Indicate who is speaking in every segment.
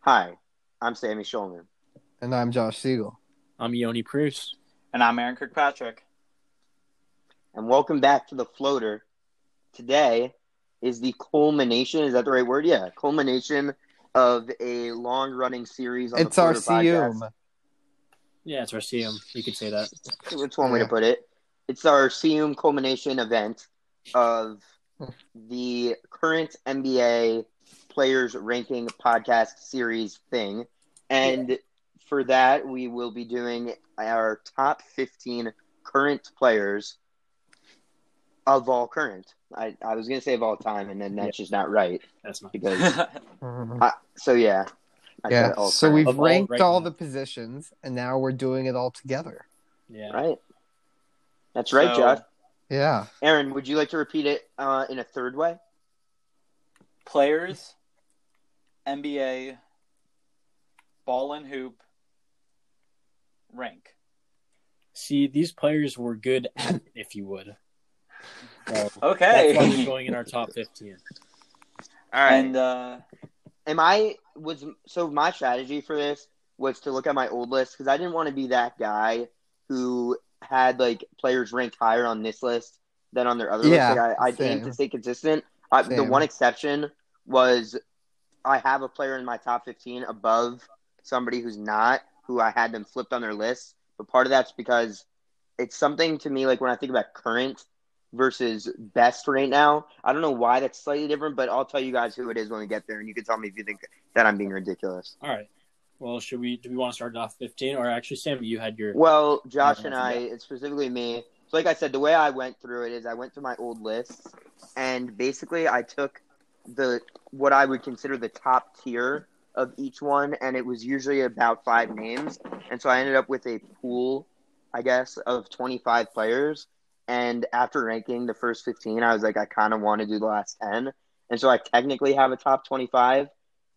Speaker 1: Hi, I'm Sammy Shulman.
Speaker 2: And I'm Josh Siegel.
Speaker 3: I'm Yoni Pruce.
Speaker 4: And I'm Aaron Kirkpatrick.
Speaker 1: And welcome back to the floater. Today is the culmination. Is that the right word? Yeah, culmination of a long running series. On
Speaker 2: it's
Speaker 1: the
Speaker 2: our
Speaker 1: Floater podcast.
Speaker 2: CUM.
Speaker 3: Yeah, it's Arceum. You could say that.
Speaker 1: That's one way to
Speaker 2: Yeah.
Speaker 1: put it. It's our CUM culmination event of the current NBA players ranking podcast series thing. And for that, we will be doing our top 15 current players of all current. I, I was going to say of all time, and then that's just not right.
Speaker 3: That's not.
Speaker 1: because
Speaker 2: Mhm.
Speaker 1: So, yeah. I said
Speaker 2: Yeah.
Speaker 1: all
Speaker 2: So
Speaker 1: current,
Speaker 2: we've
Speaker 3: Of all
Speaker 2: ranked
Speaker 3: right
Speaker 2: all
Speaker 3: now.
Speaker 2: the positions, and now we're doing it all together.
Speaker 3: Yeah.
Speaker 1: Right. That's right,
Speaker 4: So,
Speaker 1: Josh.
Speaker 2: Yeah.
Speaker 1: Aaron, would you like to repeat it uh, in a third way?
Speaker 4: Players, NBA, ball and hoop, rank.
Speaker 3: See, these players were good at it, if you would. So, that's why we're
Speaker 4: Okay.
Speaker 3: going in our top 15.
Speaker 1: All
Speaker 4: and uh,
Speaker 1: am I was so my strategy for this was to look at my old list because I didn't want to be that guy who had like players ranked higher on this list than on their other
Speaker 2: Yeah,
Speaker 1: list. Like, I, I aim
Speaker 2: same.
Speaker 1: to stay consistent. I, Uh, the
Speaker 2: Same.
Speaker 1: one exception was I have a player in my top fifteen above somebody who's not who I had them flipped on their list. But part of that's because it's something to me like when I think about current versus best right now. I don't know why that's slightly different, but I'll tell you guys who it is when we get there, and you can tell me if you think that I'm being ridiculous.
Speaker 3: All right. Well, should we do we want to start off 15 or actually Sam, you had your
Speaker 1: Well, Josh
Speaker 3: Yeah,
Speaker 1: and
Speaker 3: that's
Speaker 1: I, it's specifically me. So, like I said, the way I went through it is I went through my old lists, and basically I took the what I would consider the top tier of each one, and it was usually about five names, and so I ended up with a pool, I guess, of twenty five players. And after ranking the first fifteen, I was like, I kind of want to do the last ten, and so I technically have a top twenty five,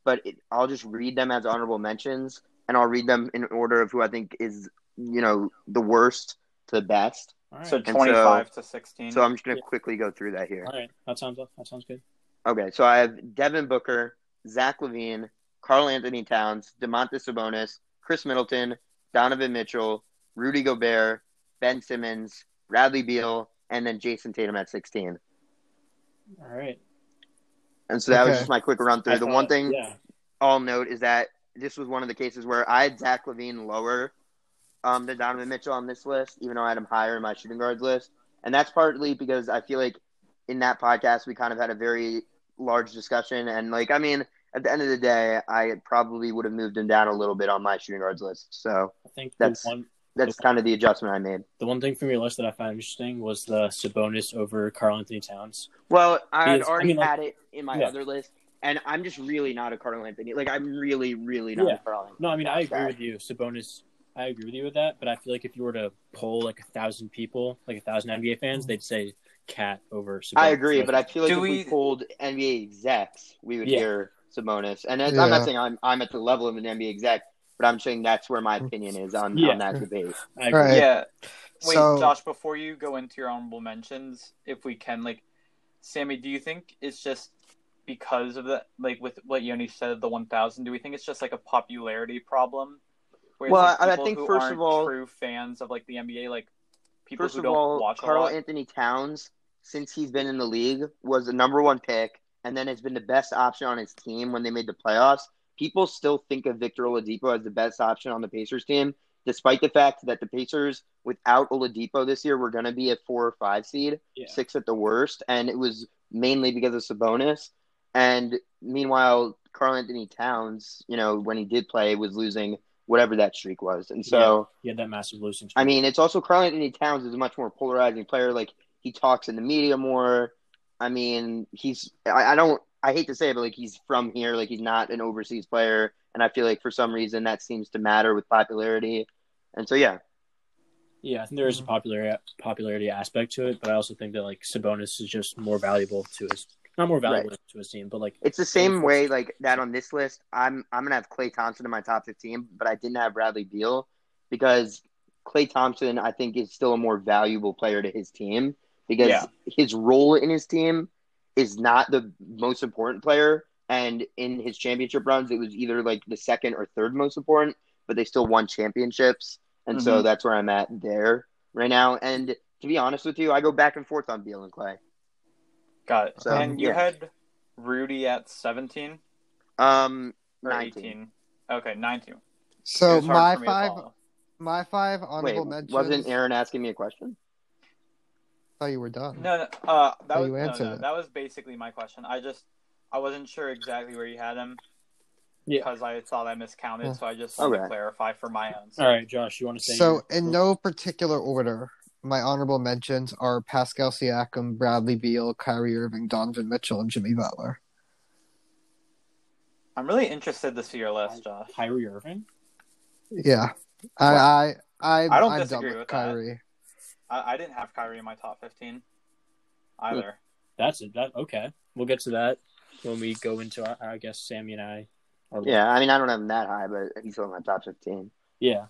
Speaker 1: but it, I'll just read them as honorable mentions, and I'll read them in order of who I think is you know the worst to the best.
Speaker 3: All right.
Speaker 4: so
Speaker 1: so-
Speaker 4: 25 to 16.
Speaker 1: So I'm just gonna quickly go through that here.
Speaker 3: All right. That sounds that sounds good.
Speaker 1: Okay, so I have Devin Booker, Zach Levine, Carl Anthony Towns, DeMontis Sabonis, Chris Middleton, Donovan Mitchell, Rudy Gobert, Ben Simmons, Bradley Beal, and then Jason Tatum at 16.
Speaker 3: All right.
Speaker 1: And so that was
Speaker 2: Okay.
Speaker 1: just my quick run through.
Speaker 3: I
Speaker 1: The
Speaker 3: thought-
Speaker 1: one thing
Speaker 3: Yeah.
Speaker 1: I'll note is that this was one of the cases where I had Zach Levine lower um, than Donovan Mitchell on this list, even though I had him higher in my shooting guards list. And that's partly because I feel like in that podcast, we kind of had a very large discussion. And, like, I mean, at the end of the day, I probably would have moved him down a little bit on my shooting guards list. So
Speaker 3: I think
Speaker 1: That's-
Speaker 3: the one
Speaker 1: that's kind of the adjustment I made.
Speaker 3: the one thing from your list that I found interesting was the Sabonis over Carl Anthony Towns.
Speaker 1: Well, I had
Speaker 3: Is- I
Speaker 1: already
Speaker 3: mean, like-
Speaker 1: had it in my
Speaker 3: Yeah.
Speaker 1: other list. And I'm just really not a Carl Anthony. Like, I'm really, really not
Speaker 3: Yeah.
Speaker 1: a Carl Anthony.
Speaker 3: No, I mean I agree
Speaker 1: guy.
Speaker 3: with you. Sabonis, I agree with you with that. But I feel like if you were to poll like a thousand people, like a thousand NBA fans, they'd say Cat over Sabonis.
Speaker 1: I agree, but I feel like
Speaker 4: Do
Speaker 1: if we,
Speaker 4: we-
Speaker 1: pulled NBA execs, we would
Speaker 3: Yeah.
Speaker 1: hear Sabonis. And that's- I'm
Speaker 2: Yeah.
Speaker 1: not saying I'm I'm at the level of an NBA exec, but I'm saying that's where my opinion is on,
Speaker 3: Yeah.
Speaker 1: on that debate.
Speaker 3: I agree.
Speaker 2: Right.
Speaker 4: yeah. Wait,
Speaker 2: So-
Speaker 4: Josh, before you go into your honorable mentions, if we can, like, Sammy, do you think it's just because of the, like, with what Yoni said, the 1,000, do we think it's just, like, a popularity problem? Where it's,
Speaker 1: Well,
Speaker 4: like,
Speaker 1: I- I
Speaker 4: people
Speaker 1: think,
Speaker 4: who
Speaker 1: first
Speaker 4: aren't
Speaker 1: of all-
Speaker 4: true fans of, like, the NBA, like, people
Speaker 1: First
Speaker 4: who
Speaker 1: of
Speaker 4: don't
Speaker 1: all,
Speaker 4: watch a
Speaker 1: Carl
Speaker 4: lot.
Speaker 1: Anthony Towns, since he's been in the league, was the number one pick and then has been the best option on his team when they made the playoffs. People still think of Victor Oladipo as the best option on the Pacers team, despite the fact that the Pacers, without Oladipo this year, were going to be a four or five seed.
Speaker 3: Yeah.
Speaker 1: six at the worst, and it was mainly because of Sabonis. And meanwhile, Carl Anthony Towns, you know, when he did play, was losing whatever that streak was. And so,
Speaker 3: He had that massive losing streak.
Speaker 1: I mean, it's also Carl Anthony Towns is a much more polarizing player. Like he talks in the media more. I mean, he's I, I don't I hate to say it, but like he's from here. Like he's not an overseas player, and I feel like for some reason that seems to matter with popularity. And so, yeah,
Speaker 3: yeah, I think there is a
Speaker 2: Mm-hmm.
Speaker 3: popular popularity aspect to it, but I also think that like Sabonis is just more valuable to his not more valuable to his team, but like
Speaker 1: It's the same way like that on this list. I'm I'm gonna have Clay Thompson in my top fifteen, but I didn't have Bradley Beal because Clay Thompson I think is still a more valuable player to his team because
Speaker 4: Yeah.
Speaker 1: his role in his team is not the most important player, And in his championship runs, it was either like the second or third most important, but they still won championships. And so that's where I'm at there right now. And to be honest with you, I go back and forth on Beal and Clay.
Speaker 4: Got it.
Speaker 1: So,
Speaker 4: and you
Speaker 1: yeah.
Speaker 4: had Rudy at 17
Speaker 1: Um,
Speaker 4: or
Speaker 1: 19.
Speaker 4: 18. Okay, 19. It
Speaker 2: So
Speaker 4: was hard
Speaker 2: my
Speaker 4: for me to
Speaker 2: five,
Speaker 4: follow.
Speaker 2: my five honorable
Speaker 1: Wait,
Speaker 2: mentions.
Speaker 1: wasn't Aaron asking me a question?
Speaker 2: thought you were done.
Speaker 4: No, no, uh, that
Speaker 2: Oh,
Speaker 4: was
Speaker 2: you
Speaker 4: no,
Speaker 2: answered
Speaker 4: no,
Speaker 2: it.
Speaker 4: that was basically my question. I just I wasn't sure exactly where you had him
Speaker 3: Yeah.
Speaker 4: because I thought I miscounted,
Speaker 2: Yeah.
Speaker 4: so I just wanted
Speaker 1: Okay.
Speaker 4: to clarify for my own.
Speaker 3: All right, Josh, you want to say?
Speaker 2: So
Speaker 3: your-
Speaker 2: in no particular order, my honorable mentions are Pascal Siakam, Bradley Beal, Kyrie Irving, Donovan Mitchell, and Jimmy Butler.
Speaker 4: I'm really interested to see your list, Josh.
Speaker 3: Kyrie Irving.
Speaker 2: Yeah, I, I, I,
Speaker 4: I don't
Speaker 2: am done
Speaker 4: disagree
Speaker 2: with
Speaker 4: with that.
Speaker 2: Kyrie.
Speaker 4: I, I didn't have Kyrie in my top 15 either.
Speaker 3: That's it. That okay. We'll get to that when we go into. Our, I guess Sammy and I. Are,
Speaker 1: Yeah, I mean, I don't have him that high, but he's still in my top 15.
Speaker 3: Yeah.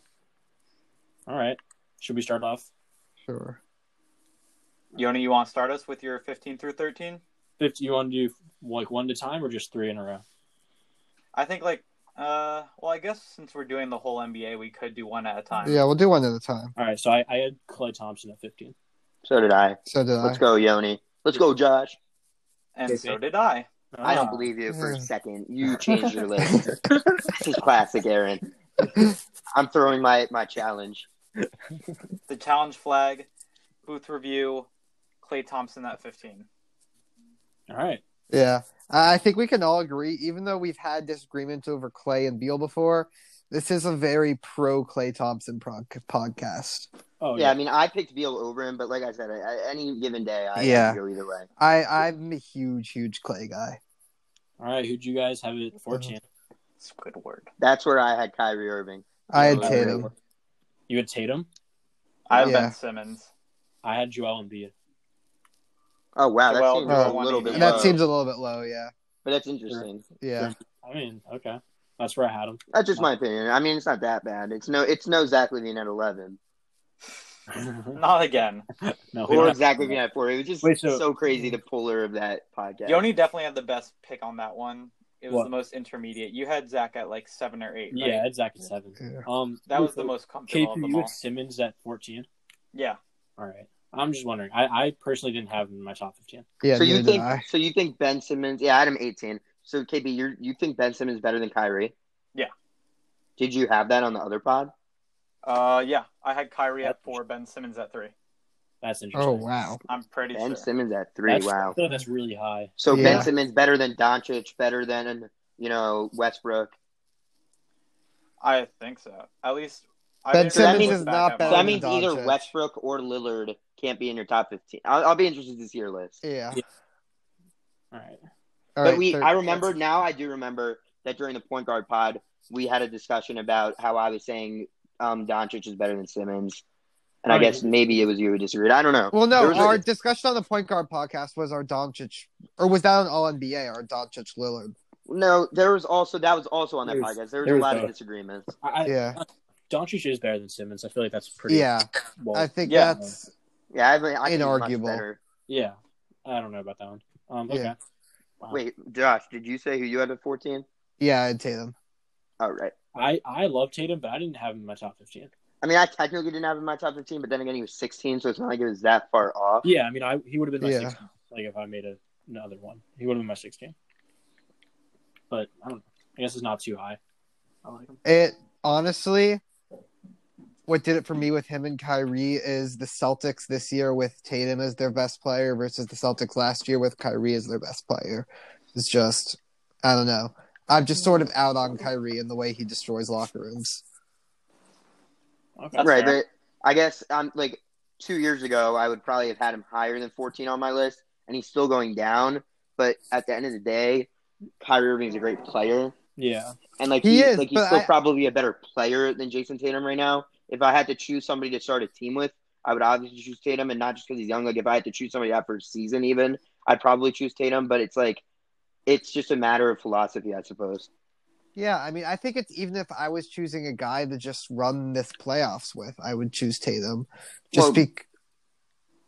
Speaker 3: All right. Should we start off?
Speaker 2: Sure.
Speaker 4: Yoni, you want to start us with your 15 through 13?
Speaker 3: 50, you want to do like one at a time or just three in a row?
Speaker 4: I think like uh well, I guess since we're doing the whole NBA, we could do one at a time.
Speaker 2: Yeah, we'll do one at a time.
Speaker 3: All right. So I, I had Clay Thompson at 15.
Speaker 1: So did I.
Speaker 2: So did
Speaker 1: Let's
Speaker 2: I.
Speaker 1: go, Yoni. Let's go, Josh.
Speaker 4: And
Speaker 3: Yes,
Speaker 4: so
Speaker 3: sir.
Speaker 4: did I.
Speaker 1: I don't
Speaker 3: Ah,
Speaker 1: believe you for a
Speaker 2: Yeah.
Speaker 1: second. You changed your list. this is classic, Aaron. I'm throwing my, my challenge.
Speaker 4: The challenge flag, booth review, Clay Thompson at 15.
Speaker 3: All right.
Speaker 2: Yeah, I think we can all agree, even though we've had disagreements over Clay and Beal before, this is a very pro Clay Thompson prog- podcast.
Speaker 3: Oh
Speaker 1: yeah, I mean, I picked Beal over him, but like I said, I, I- any given day, I, yeah.
Speaker 2: Yeah.
Speaker 1: I could go either way.
Speaker 2: I, I'm a huge, huge Clay guy.
Speaker 3: All right. Who'd you guys have at 14?
Speaker 4: Squidward.
Speaker 1: That's where I had Kyrie Irving.
Speaker 2: I had
Speaker 1: Yeah.
Speaker 2: Tatum.
Speaker 3: You had Tatum.
Speaker 4: I have
Speaker 2: Yeah.
Speaker 4: Ben Simmons.
Speaker 3: I had Joel Embiid.
Speaker 1: Oh wow, that
Speaker 4: Well,
Speaker 1: seems
Speaker 2: well,
Speaker 1: a little bit.
Speaker 2: And
Speaker 1: low,
Speaker 2: that seems a little bit low, yeah.
Speaker 1: but that's interesting.
Speaker 2: Yeah.
Speaker 3: I mean, okay. That's where I had him.
Speaker 1: That's just my opinion. I mean, it's not that bad. It's no, it's no Zach Levine at eleven
Speaker 4: Not again.
Speaker 3: no, we don't
Speaker 1: or
Speaker 3: have-
Speaker 1: Zach Levine at four. It was just
Speaker 3: Wait,
Speaker 1: so,
Speaker 3: so-
Speaker 1: crazy the puller of that podcast.
Speaker 4: Yoni definitely had the best pick on that one. It was
Speaker 3: What?
Speaker 4: the most intermediate. You had Zach at like seven or eight. right?
Speaker 3: Yeah, I had Zach at seven.
Speaker 2: Yeah.
Speaker 3: Um,
Speaker 4: That was the
Speaker 3: so
Speaker 4: most comfortable
Speaker 3: KP.
Speaker 4: of them
Speaker 3: You
Speaker 4: all.
Speaker 3: had Simmons at fourteen.
Speaker 4: Yeah.
Speaker 3: All right. I'm just wondering. I, I personally didn't have him in my top fifteen.
Speaker 2: Yeah,
Speaker 1: so you
Speaker 2: neither did
Speaker 1: think?
Speaker 2: I.
Speaker 1: So you think Ben Simmons? Yeah, I had him eighteen. So KB, you you think Ben Simmons better than Kyrie?
Speaker 4: Yeah.
Speaker 1: Did you have that on the other pod?
Speaker 4: Uh, yeah. I had Kyrie at four, Ben Simmons at three.
Speaker 3: That's
Speaker 2: Oh,
Speaker 3: interesting.
Speaker 2: wow.
Speaker 4: I'm pretty
Speaker 1: Ben
Speaker 4: sure.
Speaker 1: Simmons at three.
Speaker 3: That's,
Speaker 1: wow.
Speaker 3: I thought that's really high.
Speaker 1: So
Speaker 2: Yeah.
Speaker 1: Ben Simmons better than Doncic, better than you know Westbrook.
Speaker 4: I think so. At least I
Speaker 2: Ben
Speaker 4: didn't
Speaker 1: Simmons
Speaker 4: look
Speaker 2: is
Speaker 4: back
Speaker 2: not
Speaker 4: at
Speaker 2: better
Speaker 1: So that
Speaker 4: mine.
Speaker 2: than
Speaker 1: means either
Speaker 2: Doncic.
Speaker 1: Westbrook or Lillard can't be in your top fifteen. I'll, I'll be interested to see your list.
Speaker 2: Yeah.
Speaker 3: All right.
Speaker 1: but
Speaker 2: All right,
Speaker 1: we,
Speaker 2: third-
Speaker 1: I remember now. I do remember that during the point guard pod, we had a discussion about how I was saying um, Doncic is better than Simmons, and I
Speaker 3: Right.
Speaker 1: guess maybe it was you who disagreed. I don't know.
Speaker 2: Well,
Speaker 1: There
Speaker 2: no,
Speaker 1: was a-
Speaker 2: our discussion on the point guard podcast was our Doncic, or was that on All NBA, our Doncic Lillard?
Speaker 1: no, there was also that was also on that
Speaker 3: There was-
Speaker 1: podcast. There was
Speaker 3: there
Speaker 1: a
Speaker 3: was
Speaker 1: lot of
Speaker 3: both.
Speaker 1: disagreements.
Speaker 3: I, I,
Speaker 2: Yeah.
Speaker 3: Doncic is better than Simmons. I feel like that's pretty.
Speaker 2: yeah.
Speaker 3: Well,
Speaker 2: I think
Speaker 4: yeah.
Speaker 2: that's.
Speaker 1: Yeah, I, I think he's much
Speaker 2: Inarguable.
Speaker 1: better.
Speaker 3: yeah. I don't know about that one. Um. Okay.
Speaker 2: Yeah.
Speaker 3: Wow.
Speaker 1: Wait, Josh, did you say who you had at fourteen?
Speaker 2: Yeah, I'd Tatum.
Speaker 1: Oh, right.
Speaker 3: I I love Tatum, but I didn't have him in my top fifteen.
Speaker 1: I mean, I technically didn't have him in my top fifteen, but then again, he was sixteen, so it's not like it was that far off.
Speaker 3: Yeah. I mean, I he would have been my
Speaker 2: Yeah.
Speaker 3: 16. Like if I made a, another one, he would have been my sixteen. But I don't. know. I guess it's not too high. I like him.
Speaker 2: It honestly, what did it for me with him and Kyrie is the Celtics this year with Tatum as their best player versus the Celtics last year with Kyrie as their best player. It's just, I don't know. I'm just sort of out on Kyrie and the way he destroys locker rooms.
Speaker 3: Okay.
Speaker 4: That's
Speaker 1: right,
Speaker 4: fair.
Speaker 1: but I guess um, like two years ago, I would probably have had him higher than 14 on my list, and he's still going down. But at the end of the day, Kyrie Irving's a great player,
Speaker 3: Yeah.
Speaker 1: and like
Speaker 2: He
Speaker 1: he,
Speaker 2: is,
Speaker 1: like he's
Speaker 2: but
Speaker 1: still
Speaker 2: I-
Speaker 1: probably a better player than Jason Tatum right now. If I had to choose somebody to start a team with, I would obviously choose Tatum, and not just because he's young. Like if I had to choose somebody out for a season, even I'd probably choose Tatum. But it's like it's just a matter of philosophy, I suppose.
Speaker 2: Yeah, I mean, I think it's even if I was choosing a guy to just run this playoffs with, I would choose Tatum, just
Speaker 1: Well,
Speaker 2: be,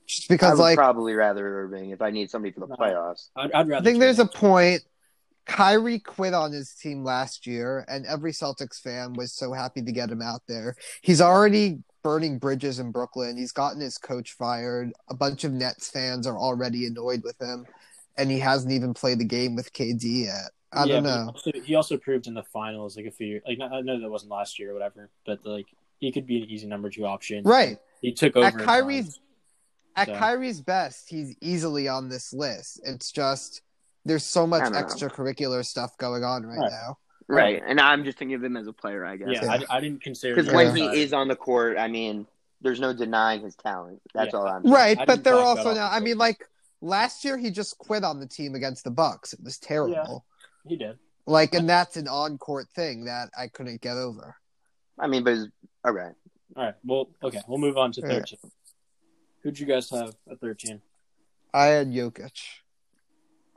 Speaker 2: just
Speaker 1: I would
Speaker 2: because like
Speaker 1: probably rather Irving if I need somebody for the
Speaker 3: No.
Speaker 1: playoffs.
Speaker 3: I'd, I'd rather.
Speaker 2: I think there's a
Speaker 3: Tatum.
Speaker 2: point Kyrie quit on his team last year, and every Celtics fan was so happy to get him out there. He's already burning bridges in Brooklyn. He's gotten his coach fired. A bunch of Nets fans are already annoyed with him, and he hasn't even played the game with KD yet. I
Speaker 3: yeah,
Speaker 2: don't
Speaker 3: but he
Speaker 2: know.
Speaker 3: also- he also proved in the finals, like a few, like not- I know that wasn't last year or whatever, but like he could be an easy number two option.
Speaker 2: Right.
Speaker 3: He took over.
Speaker 2: At
Speaker 3: in
Speaker 2: Kyrie's-
Speaker 3: times.
Speaker 2: At
Speaker 3: So-
Speaker 2: Kyrie's best, he's easily on this list. It's just there's so much
Speaker 1: I don't know.
Speaker 2: extracurricular stuff going on right,
Speaker 3: Right.
Speaker 2: now.
Speaker 1: Right. And I'm just thinking of him as a player, I guess.
Speaker 3: Yeah,
Speaker 2: Yeah.
Speaker 3: I, I didn't consider
Speaker 1: Because
Speaker 3: him
Speaker 1: when
Speaker 3: as
Speaker 1: he
Speaker 3: a-
Speaker 1: is on the court, I mean, there's no denying his talent. That's
Speaker 3: Yeah.
Speaker 1: all I'm.
Speaker 2: Right,
Speaker 3: I
Speaker 2: but
Speaker 3: didn't
Speaker 2: they're
Speaker 3: talk about
Speaker 2: also now. I
Speaker 3: offensive.
Speaker 2: mean, like last year, he just quit on the team against the Bucks. It was terrible.
Speaker 3: he did.
Speaker 2: Like, and that's an on-court thing that I couldn't get over.
Speaker 1: I mean, but it's, all right.
Speaker 3: All right. Well, okay. We'll move on to
Speaker 2: All right.
Speaker 3: thirteen. Who'd you guys have at thirteen?
Speaker 2: I had Jokic.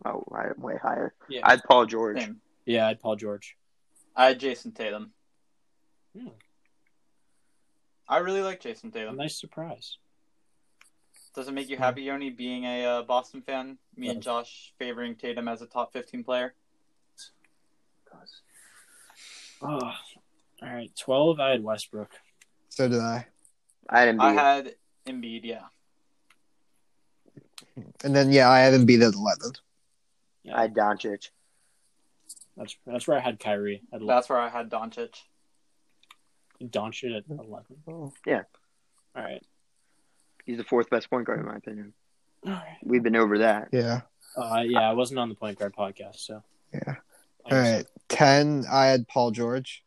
Speaker 1: Oh, I, way higher.
Speaker 3: Yeah.
Speaker 1: I had Paul George.
Speaker 4: Same.
Speaker 3: Yeah, I'd Paul George.
Speaker 4: I had Jason Tatum.
Speaker 3: Hmm.
Speaker 4: I really like Jason
Speaker 3: A
Speaker 4: Tatum.
Speaker 3: nice surprise.
Speaker 4: Does it make you happy, Yoni, being a uh, Boston fan? Me
Speaker 3: Hmm.
Speaker 4: and
Speaker 3: Yes.
Speaker 4: Josh favoring Tatum as a top 15 player.
Speaker 3: Oh, all right. Twelve. I had Westbrook.
Speaker 2: So did I.
Speaker 1: I had
Speaker 4: I
Speaker 1: Embiid.
Speaker 4: had Embiid, yeah.
Speaker 2: And then yeah, I had Embiid at eleven.
Speaker 3: Yeah,
Speaker 1: I had Doncic.
Speaker 3: that's that's where I had Kyrie. I'd love
Speaker 4: That's where I had Doncic.
Speaker 3: Doncic at eleven.
Speaker 2: Oh.
Speaker 3: All right.
Speaker 1: He's the fourth best point guard in my opinion.
Speaker 3: All right.
Speaker 1: We've been over that.
Speaker 2: Yeah.
Speaker 3: Uh, yeah, I wasn't on the point guard podcast, so
Speaker 2: Yeah.
Speaker 3: I
Speaker 2: All right. Ten. I had Paul George.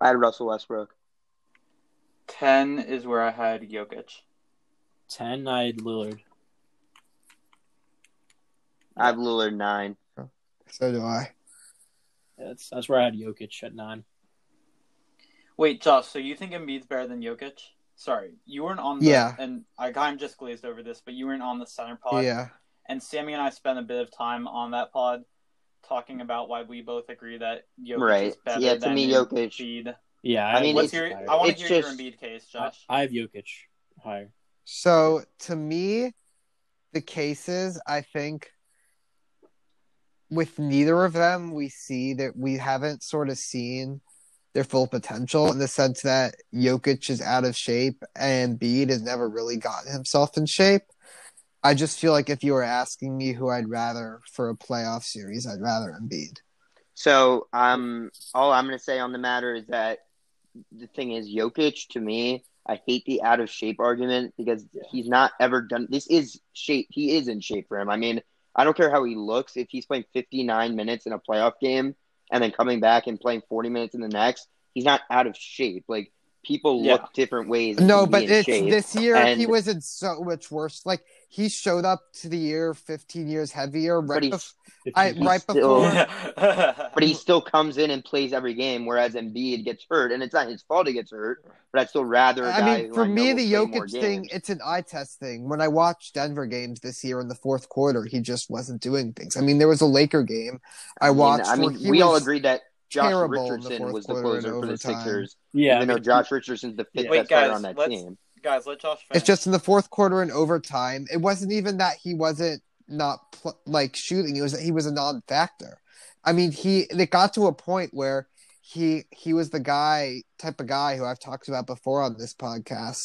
Speaker 1: I had Russell Westbrook.
Speaker 4: 10 is where I had Jokic.
Speaker 3: Ten. I had Lillard.
Speaker 1: I have Lillard nine.
Speaker 2: So do I.
Speaker 3: That's that's where I had Jokic at nine.
Speaker 4: Wait, Josh, so you think Embiid's better than Jokic? Sorry, you weren't on the.
Speaker 2: Yeah.
Speaker 4: And I kind of just glazed over this, but you weren't on the center pod.
Speaker 2: Yeah.
Speaker 4: And Sammy and I spent a bit of time on that pod talking about why we both agree that Jokic is
Speaker 1: Right.
Speaker 4: better
Speaker 1: Yeah, to
Speaker 4: than
Speaker 1: me, Jokic-
Speaker 4: Embiid.
Speaker 3: Yeah,
Speaker 1: I mean,
Speaker 4: What's
Speaker 1: it's-
Speaker 4: your,
Speaker 3: higher.
Speaker 4: I want
Speaker 1: it's
Speaker 4: to hear
Speaker 1: just-
Speaker 4: your Embiid case,
Speaker 3: I,
Speaker 4: Josh.
Speaker 3: I have Jokic higher.
Speaker 2: So to me, the cases I think with neither of them, we see that we haven't sort of seen their full potential in the sense that Jokic is out of shape and Bede has never really gotten himself in shape. I just feel like if you were asking me who I'd rather for a playoff series, I'd rather Embiid.
Speaker 1: So um, all I'm gonna say on the matter is that the thing is Jokic to me. I hate the out of shape argument because
Speaker 3: Yeah.
Speaker 1: he's not ever done. This is shape. He is in shape for him. I mean, I don't care how he looks. If he's playing 59 minutes in a playoff game and then coming back and playing 40 minutes in the next, he's not out of shape. Like people
Speaker 4: Yeah.
Speaker 1: look different ways. and
Speaker 2: No,
Speaker 1: can be
Speaker 2: but
Speaker 1: in
Speaker 2: it's
Speaker 1: shape.
Speaker 2: this year
Speaker 1: and-
Speaker 2: he was in so much worse. Like he showed up to the year 15 years heavier right,
Speaker 1: he-
Speaker 2: bef- I,
Speaker 1: he's
Speaker 2: right
Speaker 1: still-
Speaker 2: before
Speaker 1: but he still comes in and plays every game, whereas Embiid gets hurt, and it's not his fault he gets hurt. But I'd still rather. a
Speaker 2: I
Speaker 1: guy
Speaker 2: mean,
Speaker 1: who
Speaker 2: for
Speaker 1: know
Speaker 2: me,
Speaker 1: will
Speaker 2: the
Speaker 1: play more
Speaker 2: Jokic thing,
Speaker 1: games.
Speaker 2: it's an eye test thing. When I watched Denver games this year in the fourth quarter, he just wasn't doing things. I mean, there was a Laker game I,
Speaker 1: mean,
Speaker 2: watched.
Speaker 1: I mean,
Speaker 2: where he
Speaker 1: we all
Speaker 2: was-
Speaker 1: agreed that Josh
Speaker 2: terrible in the
Speaker 1: Richardson
Speaker 2: fourth
Speaker 1: was the
Speaker 2: quarter in
Speaker 1: closer for the
Speaker 2: overtime.
Speaker 1: Sixers,
Speaker 3: Yeah,
Speaker 1: even
Speaker 3: I
Speaker 1: though
Speaker 3: mean,
Speaker 1: Josh Richardson's the fifth
Speaker 3: Yeah.
Speaker 1: best
Speaker 4: Wait,
Speaker 1: player
Speaker 4: guys,
Speaker 1: on that
Speaker 4: let's-
Speaker 1: team.
Speaker 4: Guys, let Josh finish.
Speaker 2: It's just in the fourth quarter in overtime. It wasn't even that he wasn't not pl- like shooting. It was that he was a non-factor. I mean, he it got to a point where he he was the guy type of guy who I've talked about before on this podcast,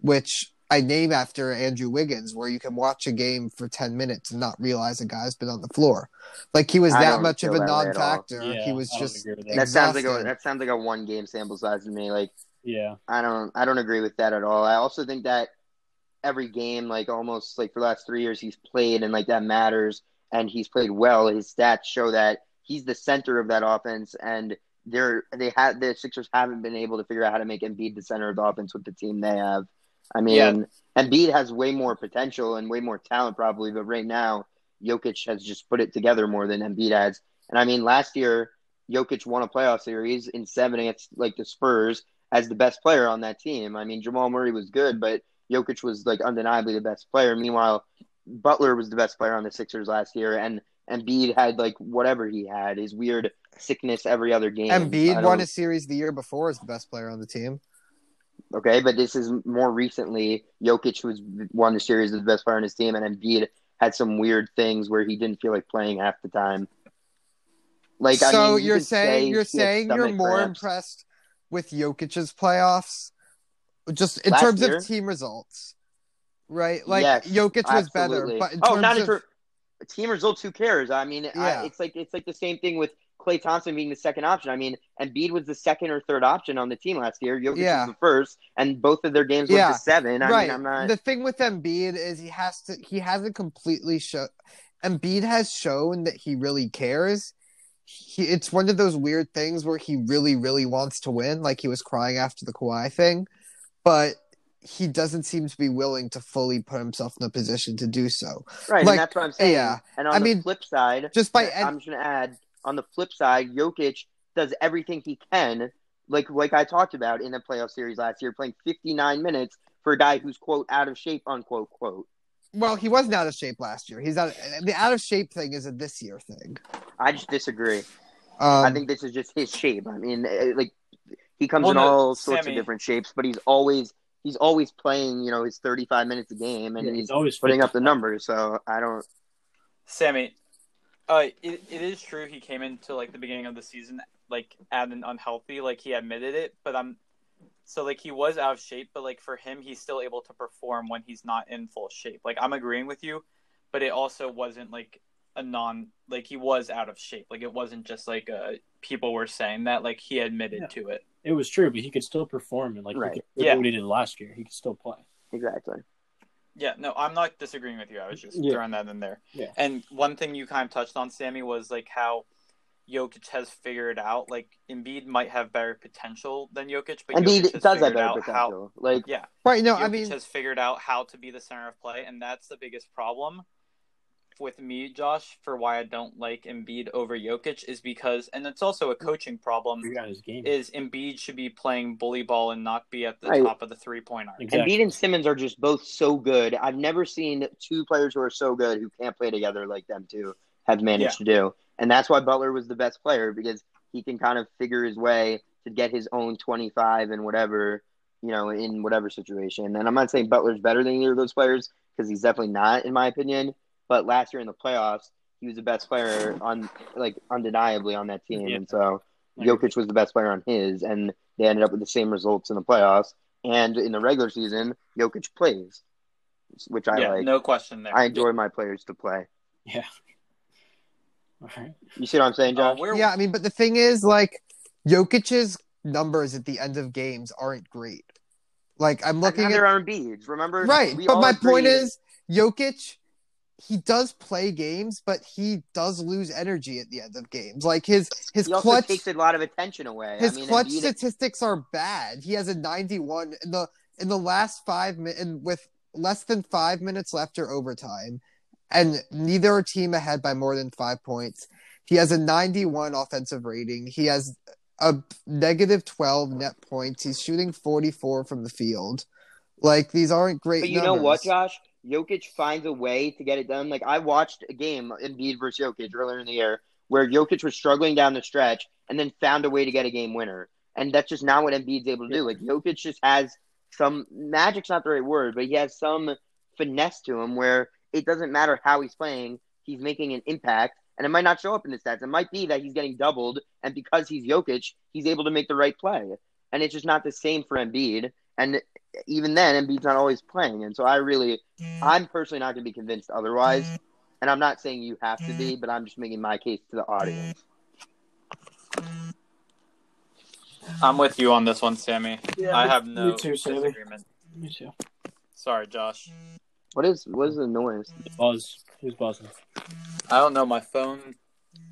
Speaker 2: which I name after Andrew Wiggins, where you can watch a game for ten minutes and not realize a guy's been on the floor. Like he was
Speaker 1: I
Speaker 2: that
Speaker 1: don't
Speaker 2: much of
Speaker 1: feel that
Speaker 2: a
Speaker 1: way at all.
Speaker 2: non-factor.
Speaker 3: Yeah,
Speaker 2: he was
Speaker 3: I don't
Speaker 2: just
Speaker 3: agree with that.
Speaker 1: That sounds like a
Speaker 2: exhausted.
Speaker 1: that sounds like a one game sample size to me. Like
Speaker 3: yeah,
Speaker 1: I don't I don't agree with that at all. I also think that every game, like almost like for the last three years, he's played and like that matters, and he's played well. His stats show that he's the center of that offense, and they're they had the Sixers haven't been able to figure out how to make Embiid the center of the offense with the team they have. I mean,
Speaker 4: Yeah.
Speaker 1: Embiid has way more potential and way more talent probably, but right now Jokic has just put it together more than Embiid has. And I mean, last year Jokic won a playoff series in seven against like the Spurs as the best player on that team. I mean, Jamal Murray was good, but Jokic was like undeniably the best player. Meanwhile, Butler was the best player on the Sixers last year, and Embiid had like whatever he had, his weird sickness every other game. I
Speaker 2: Embiid
Speaker 1: don't-
Speaker 2: won a series the year before as the best player on the team.
Speaker 1: Okay, but this is more recently. Jokic was won the series as the best player on his team, and Embiid had some weird things where he didn't feel like playing half the time. Like, I
Speaker 2: so
Speaker 1: mean, you
Speaker 2: you're
Speaker 1: can say
Speaker 2: saying
Speaker 1: he
Speaker 2: you're
Speaker 1: had
Speaker 2: saying you're
Speaker 1: stomach
Speaker 2: more
Speaker 1: cramps.
Speaker 2: impressed with Jokic's playoffs, just in
Speaker 1: Last
Speaker 2: terms
Speaker 1: year?
Speaker 2: of team results, right? Like
Speaker 1: Yes,
Speaker 2: Jokic was
Speaker 1: Absolutely.
Speaker 2: better, but in
Speaker 1: oh,
Speaker 2: terms
Speaker 1: not in
Speaker 2: of
Speaker 1: ter- team results. Who cares? I mean,
Speaker 2: Yeah.
Speaker 1: I, it's like it's like the same thing with Clay Thompson being the second option. I mean, Embiid was the second or third option on the team last year. Jokic
Speaker 2: Yeah.
Speaker 1: was the first, and both of their games
Speaker 2: Yeah.
Speaker 1: went to seven. I
Speaker 2: right.
Speaker 1: mean, I'm not.
Speaker 2: The thing with Embiid is he has to. He hasn't completely shown. Embiid has shown that he really cares. He, it's one of those weird things where he really, really wants to win, like he was crying after the Kawhi thing, but he doesn't seem to be willing to fully put himself in a position to do so.
Speaker 1: Right,
Speaker 2: Like,
Speaker 1: and that's what I'm saying.
Speaker 2: yeah.
Speaker 1: And on
Speaker 2: I
Speaker 1: the
Speaker 2: mean,
Speaker 1: flip side,
Speaker 2: Just by
Speaker 1: I'm just gonna add on the flip side, Jokic does everything he can, like like I talked about in the playoff series last year, playing 59 minutes for a guy who's quote out of shape, unquote, quote.
Speaker 2: well, he wasn't out of shape last year. He's out. The out of shape thing is a this year thing.
Speaker 1: I just disagree.
Speaker 2: Um,
Speaker 1: I think this is just his shape. I mean, eh, like he comes
Speaker 4: Well,
Speaker 1: in
Speaker 4: no,
Speaker 1: all sorts
Speaker 4: Sammy-
Speaker 1: of different shapes, but he's always he's always playing, you know, his 35 minutes a game, and
Speaker 3: Yeah,
Speaker 1: he's
Speaker 3: always
Speaker 1: putting
Speaker 3: fit.
Speaker 1: up the numbers. So I don't.
Speaker 4: Sammy, uh, it, it is true he came into like the beginning of the season like at an unhealthy, like he admitted it, but I'm so like he was out of shape, but like for him, he's still able to perform when he's not in full shape. Like I'm agreeing with you, but it also wasn't like a non like he was out of shape. Like it wasn't just like uh people were saying that like he admitted
Speaker 3: Yeah.
Speaker 4: to it.
Speaker 3: It was true, but he could still perform and like
Speaker 1: Right.
Speaker 3: look at
Speaker 4: Yeah.
Speaker 3: what he did last year. He could still play.
Speaker 1: Exactly.
Speaker 4: Yeah, no, I'm not disagreeing with you. I was just
Speaker 3: Yeah.
Speaker 4: throwing that in there.
Speaker 3: Yeah.
Speaker 4: And one thing you kind of touched on, Sammy, was like how Jokic has figured out like Embiid might have better potential than Jokic, but
Speaker 1: And he
Speaker 4: Jokic
Speaker 1: does
Speaker 4: has
Speaker 1: have
Speaker 4: figured
Speaker 1: better
Speaker 4: out how.
Speaker 1: potential. Like
Speaker 4: Yeah,
Speaker 2: right. No,
Speaker 4: Jokic
Speaker 2: I mean,
Speaker 4: has figured out how to be the center of play, and that's the biggest problem with me, Josh, for why I don't like Embiid over Jokic is because, and it's also a coaching problem.
Speaker 3: He got his game.
Speaker 4: Is Embiid should be playing bully ball and not be at the
Speaker 1: Right.
Speaker 4: top of the three point arc.
Speaker 3: Exactly.
Speaker 1: Embiid and Simmons are just both so good. I've never seen two players who are so good who can't play together like them two have managed to do. And that's why Butler was the best player because he can kind of figure his way to get his own 25 and whatever, you know, in whatever situation. And I'm not saying Butler's better than either of those players because he's definitely not, in my opinion. But last year in the playoffs, he was the best player on, like, undeniably on that team.
Speaker 3: Yeah.
Speaker 1: And so
Speaker 3: Like,
Speaker 1: Jokic was the best player on his, and they ended up with the same results in the playoffs. And in the regular season, Jokic plays, which I
Speaker 4: yeah,
Speaker 1: like.
Speaker 4: no question there.
Speaker 1: I enjoy my players to play.
Speaker 3: Yeah. All right.
Speaker 1: You see what I'm saying,
Speaker 4: Uh,
Speaker 1: Josh?
Speaker 4: where-
Speaker 2: Yeah, I mean, but the thing is, like, Jokic's numbers at the end of games aren't great. Like, I'm looking
Speaker 1: and
Speaker 2: at
Speaker 1: they're on beads. Remember,
Speaker 2: right,
Speaker 1: We
Speaker 2: but
Speaker 1: all
Speaker 2: my point
Speaker 1: agreed-
Speaker 2: is, Jokic, he does play games, but he does lose energy at the end of games. Like his his
Speaker 1: he also
Speaker 2: clutch
Speaker 1: takes a lot of attention away.
Speaker 2: his
Speaker 1: I mean,
Speaker 2: clutch
Speaker 1: Embiid-
Speaker 2: statistics are bad. He has a 91 in the in the last five mi- and with less than five minutes left or overtime, and neither team ahead by more than five points. He has a 91 offensive rating. He has a negative 12 net points. He's shooting 44 from the field. Like these aren't great.
Speaker 1: But you know what,
Speaker 2: numbers.
Speaker 1: Josh? Jokic finds a way to get it done. Like I watched a game Embiid versus Jokic earlier in the year where Jokic was struggling down the stretch and then found a way to get a game winner. And that's just not what Embiid's able to do. Like Jokic just has some magic's not the right word, but he has some finesse to him where it doesn't matter how he's playing, he's making an impact. And it might not show up in the stats. It might be that he's getting doubled, and because he's Jokic, he's able to make the right play. And it's just not the same for Embiid. And even then, Embiid's not always playing, and so I really,
Speaker 2: Mm.
Speaker 1: I'm personally not going to be convinced otherwise. And I'm not saying you have to
Speaker 2: Mm.
Speaker 1: be, but I'm just making my case to the audience.
Speaker 4: I'm with you on this one, Sammy.
Speaker 3: Yeah,
Speaker 4: I
Speaker 3: me-
Speaker 4: have no
Speaker 3: me too, Sammy.
Speaker 4: disagreement.
Speaker 3: Me too.
Speaker 4: Sorry, Josh.
Speaker 1: What is what is the noise?
Speaker 3: Buzz. Who's buzzing?
Speaker 4: I don't know. My phone,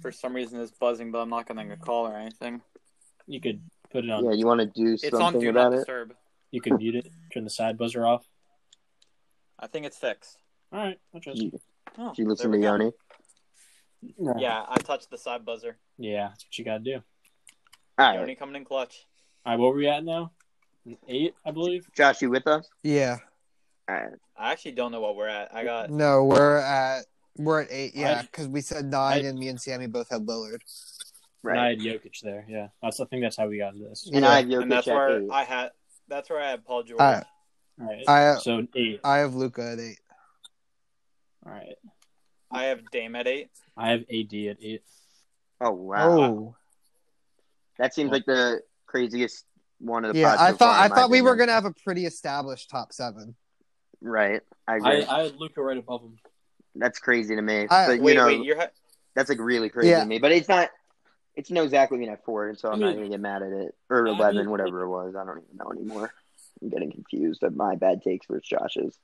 Speaker 4: for some reason, is buzzing, but I'm not going to call or anything.
Speaker 3: You could put it on.
Speaker 1: Yeah, you want to do
Speaker 4: It's on
Speaker 1: something
Speaker 4: Do
Speaker 1: about
Speaker 4: Not
Speaker 1: it?
Speaker 4: Disturb.
Speaker 3: You could mute it. Turn the side buzzer off.
Speaker 4: I think it's fixed.
Speaker 3: All right. I'll trust
Speaker 1: You-
Speaker 3: you.
Speaker 4: Oh,
Speaker 1: Do you
Speaker 4: there
Speaker 1: listen
Speaker 4: we
Speaker 1: to
Speaker 4: go.
Speaker 1: Yoni?
Speaker 4: Yeah, I touched the side buzzer.
Speaker 3: Yeah. That's what you got to do.
Speaker 1: All
Speaker 4: Yoni
Speaker 1: right,
Speaker 4: coming in clutch.
Speaker 3: All right. What were we at now? An eight, I believe.
Speaker 1: Josh, you with us?
Speaker 2: Yeah.
Speaker 4: I actually don't know what we're at. I got.
Speaker 2: No, we're at we're at eight. Yeah,
Speaker 3: I-
Speaker 2: because we said nine,
Speaker 3: I-
Speaker 2: and me and Sammy both had Lillard.
Speaker 3: And I
Speaker 1: Right.
Speaker 3: had Jokic there. Yeah. That's. I think that's how we got to this.
Speaker 1: And I have
Speaker 4: And that's
Speaker 1: Jokic at
Speaker 4: where
Speaker 1: eight.
Speaker 4: I had. That's where I had Paul George.
Speaker 2: All right.
Speaker 3: All right.
Speaker 2: I
Speaker 3: so eight.
Speaker 2: I have Luca at eight.
Speaker 3: All right.
Speaker 4: I have Dame at eight.
Speaker 3: I have AD at eight.
Speaker 1: Oh wow,
Speaker 2: Oh,
Speaker 1: that seems like the craziest one of the.
Speaker 2: yeah.
Speaker 1: pods
Speaker 2: I
Speaker 1: so far,
Speaker 2: thought I
Speaker 1: in my
Speaker 2: thought we were
Speaker 1: opinion.
Speaker 2: gonna have a pretty established top seven.
Speaker 1: Right, I agree.
Speaker 3: I, I had Luca right above him.
Speaker 1: that's crazy to me.
Speaker 2: I-
Speaker 1: but, you
Speaker 4: Wait,
Speaker 1: know,
Speaker 4: wait, you're ha-
Speaker 1: that's like really crazy
Speaker 2: Yeah.
Speaker 1: to me. But it's not. It's no exactly mean at four, and so I'm
Speaker 3: I
Speaker 1: not
Speaker 3: mean-
Speaker 1: gonna get mad at it or
Speaker 3: I mean-
Speaker 1: eleven, whatever it was. I don't even know anymore. I'm getting confused at my bad takes versus Josh's.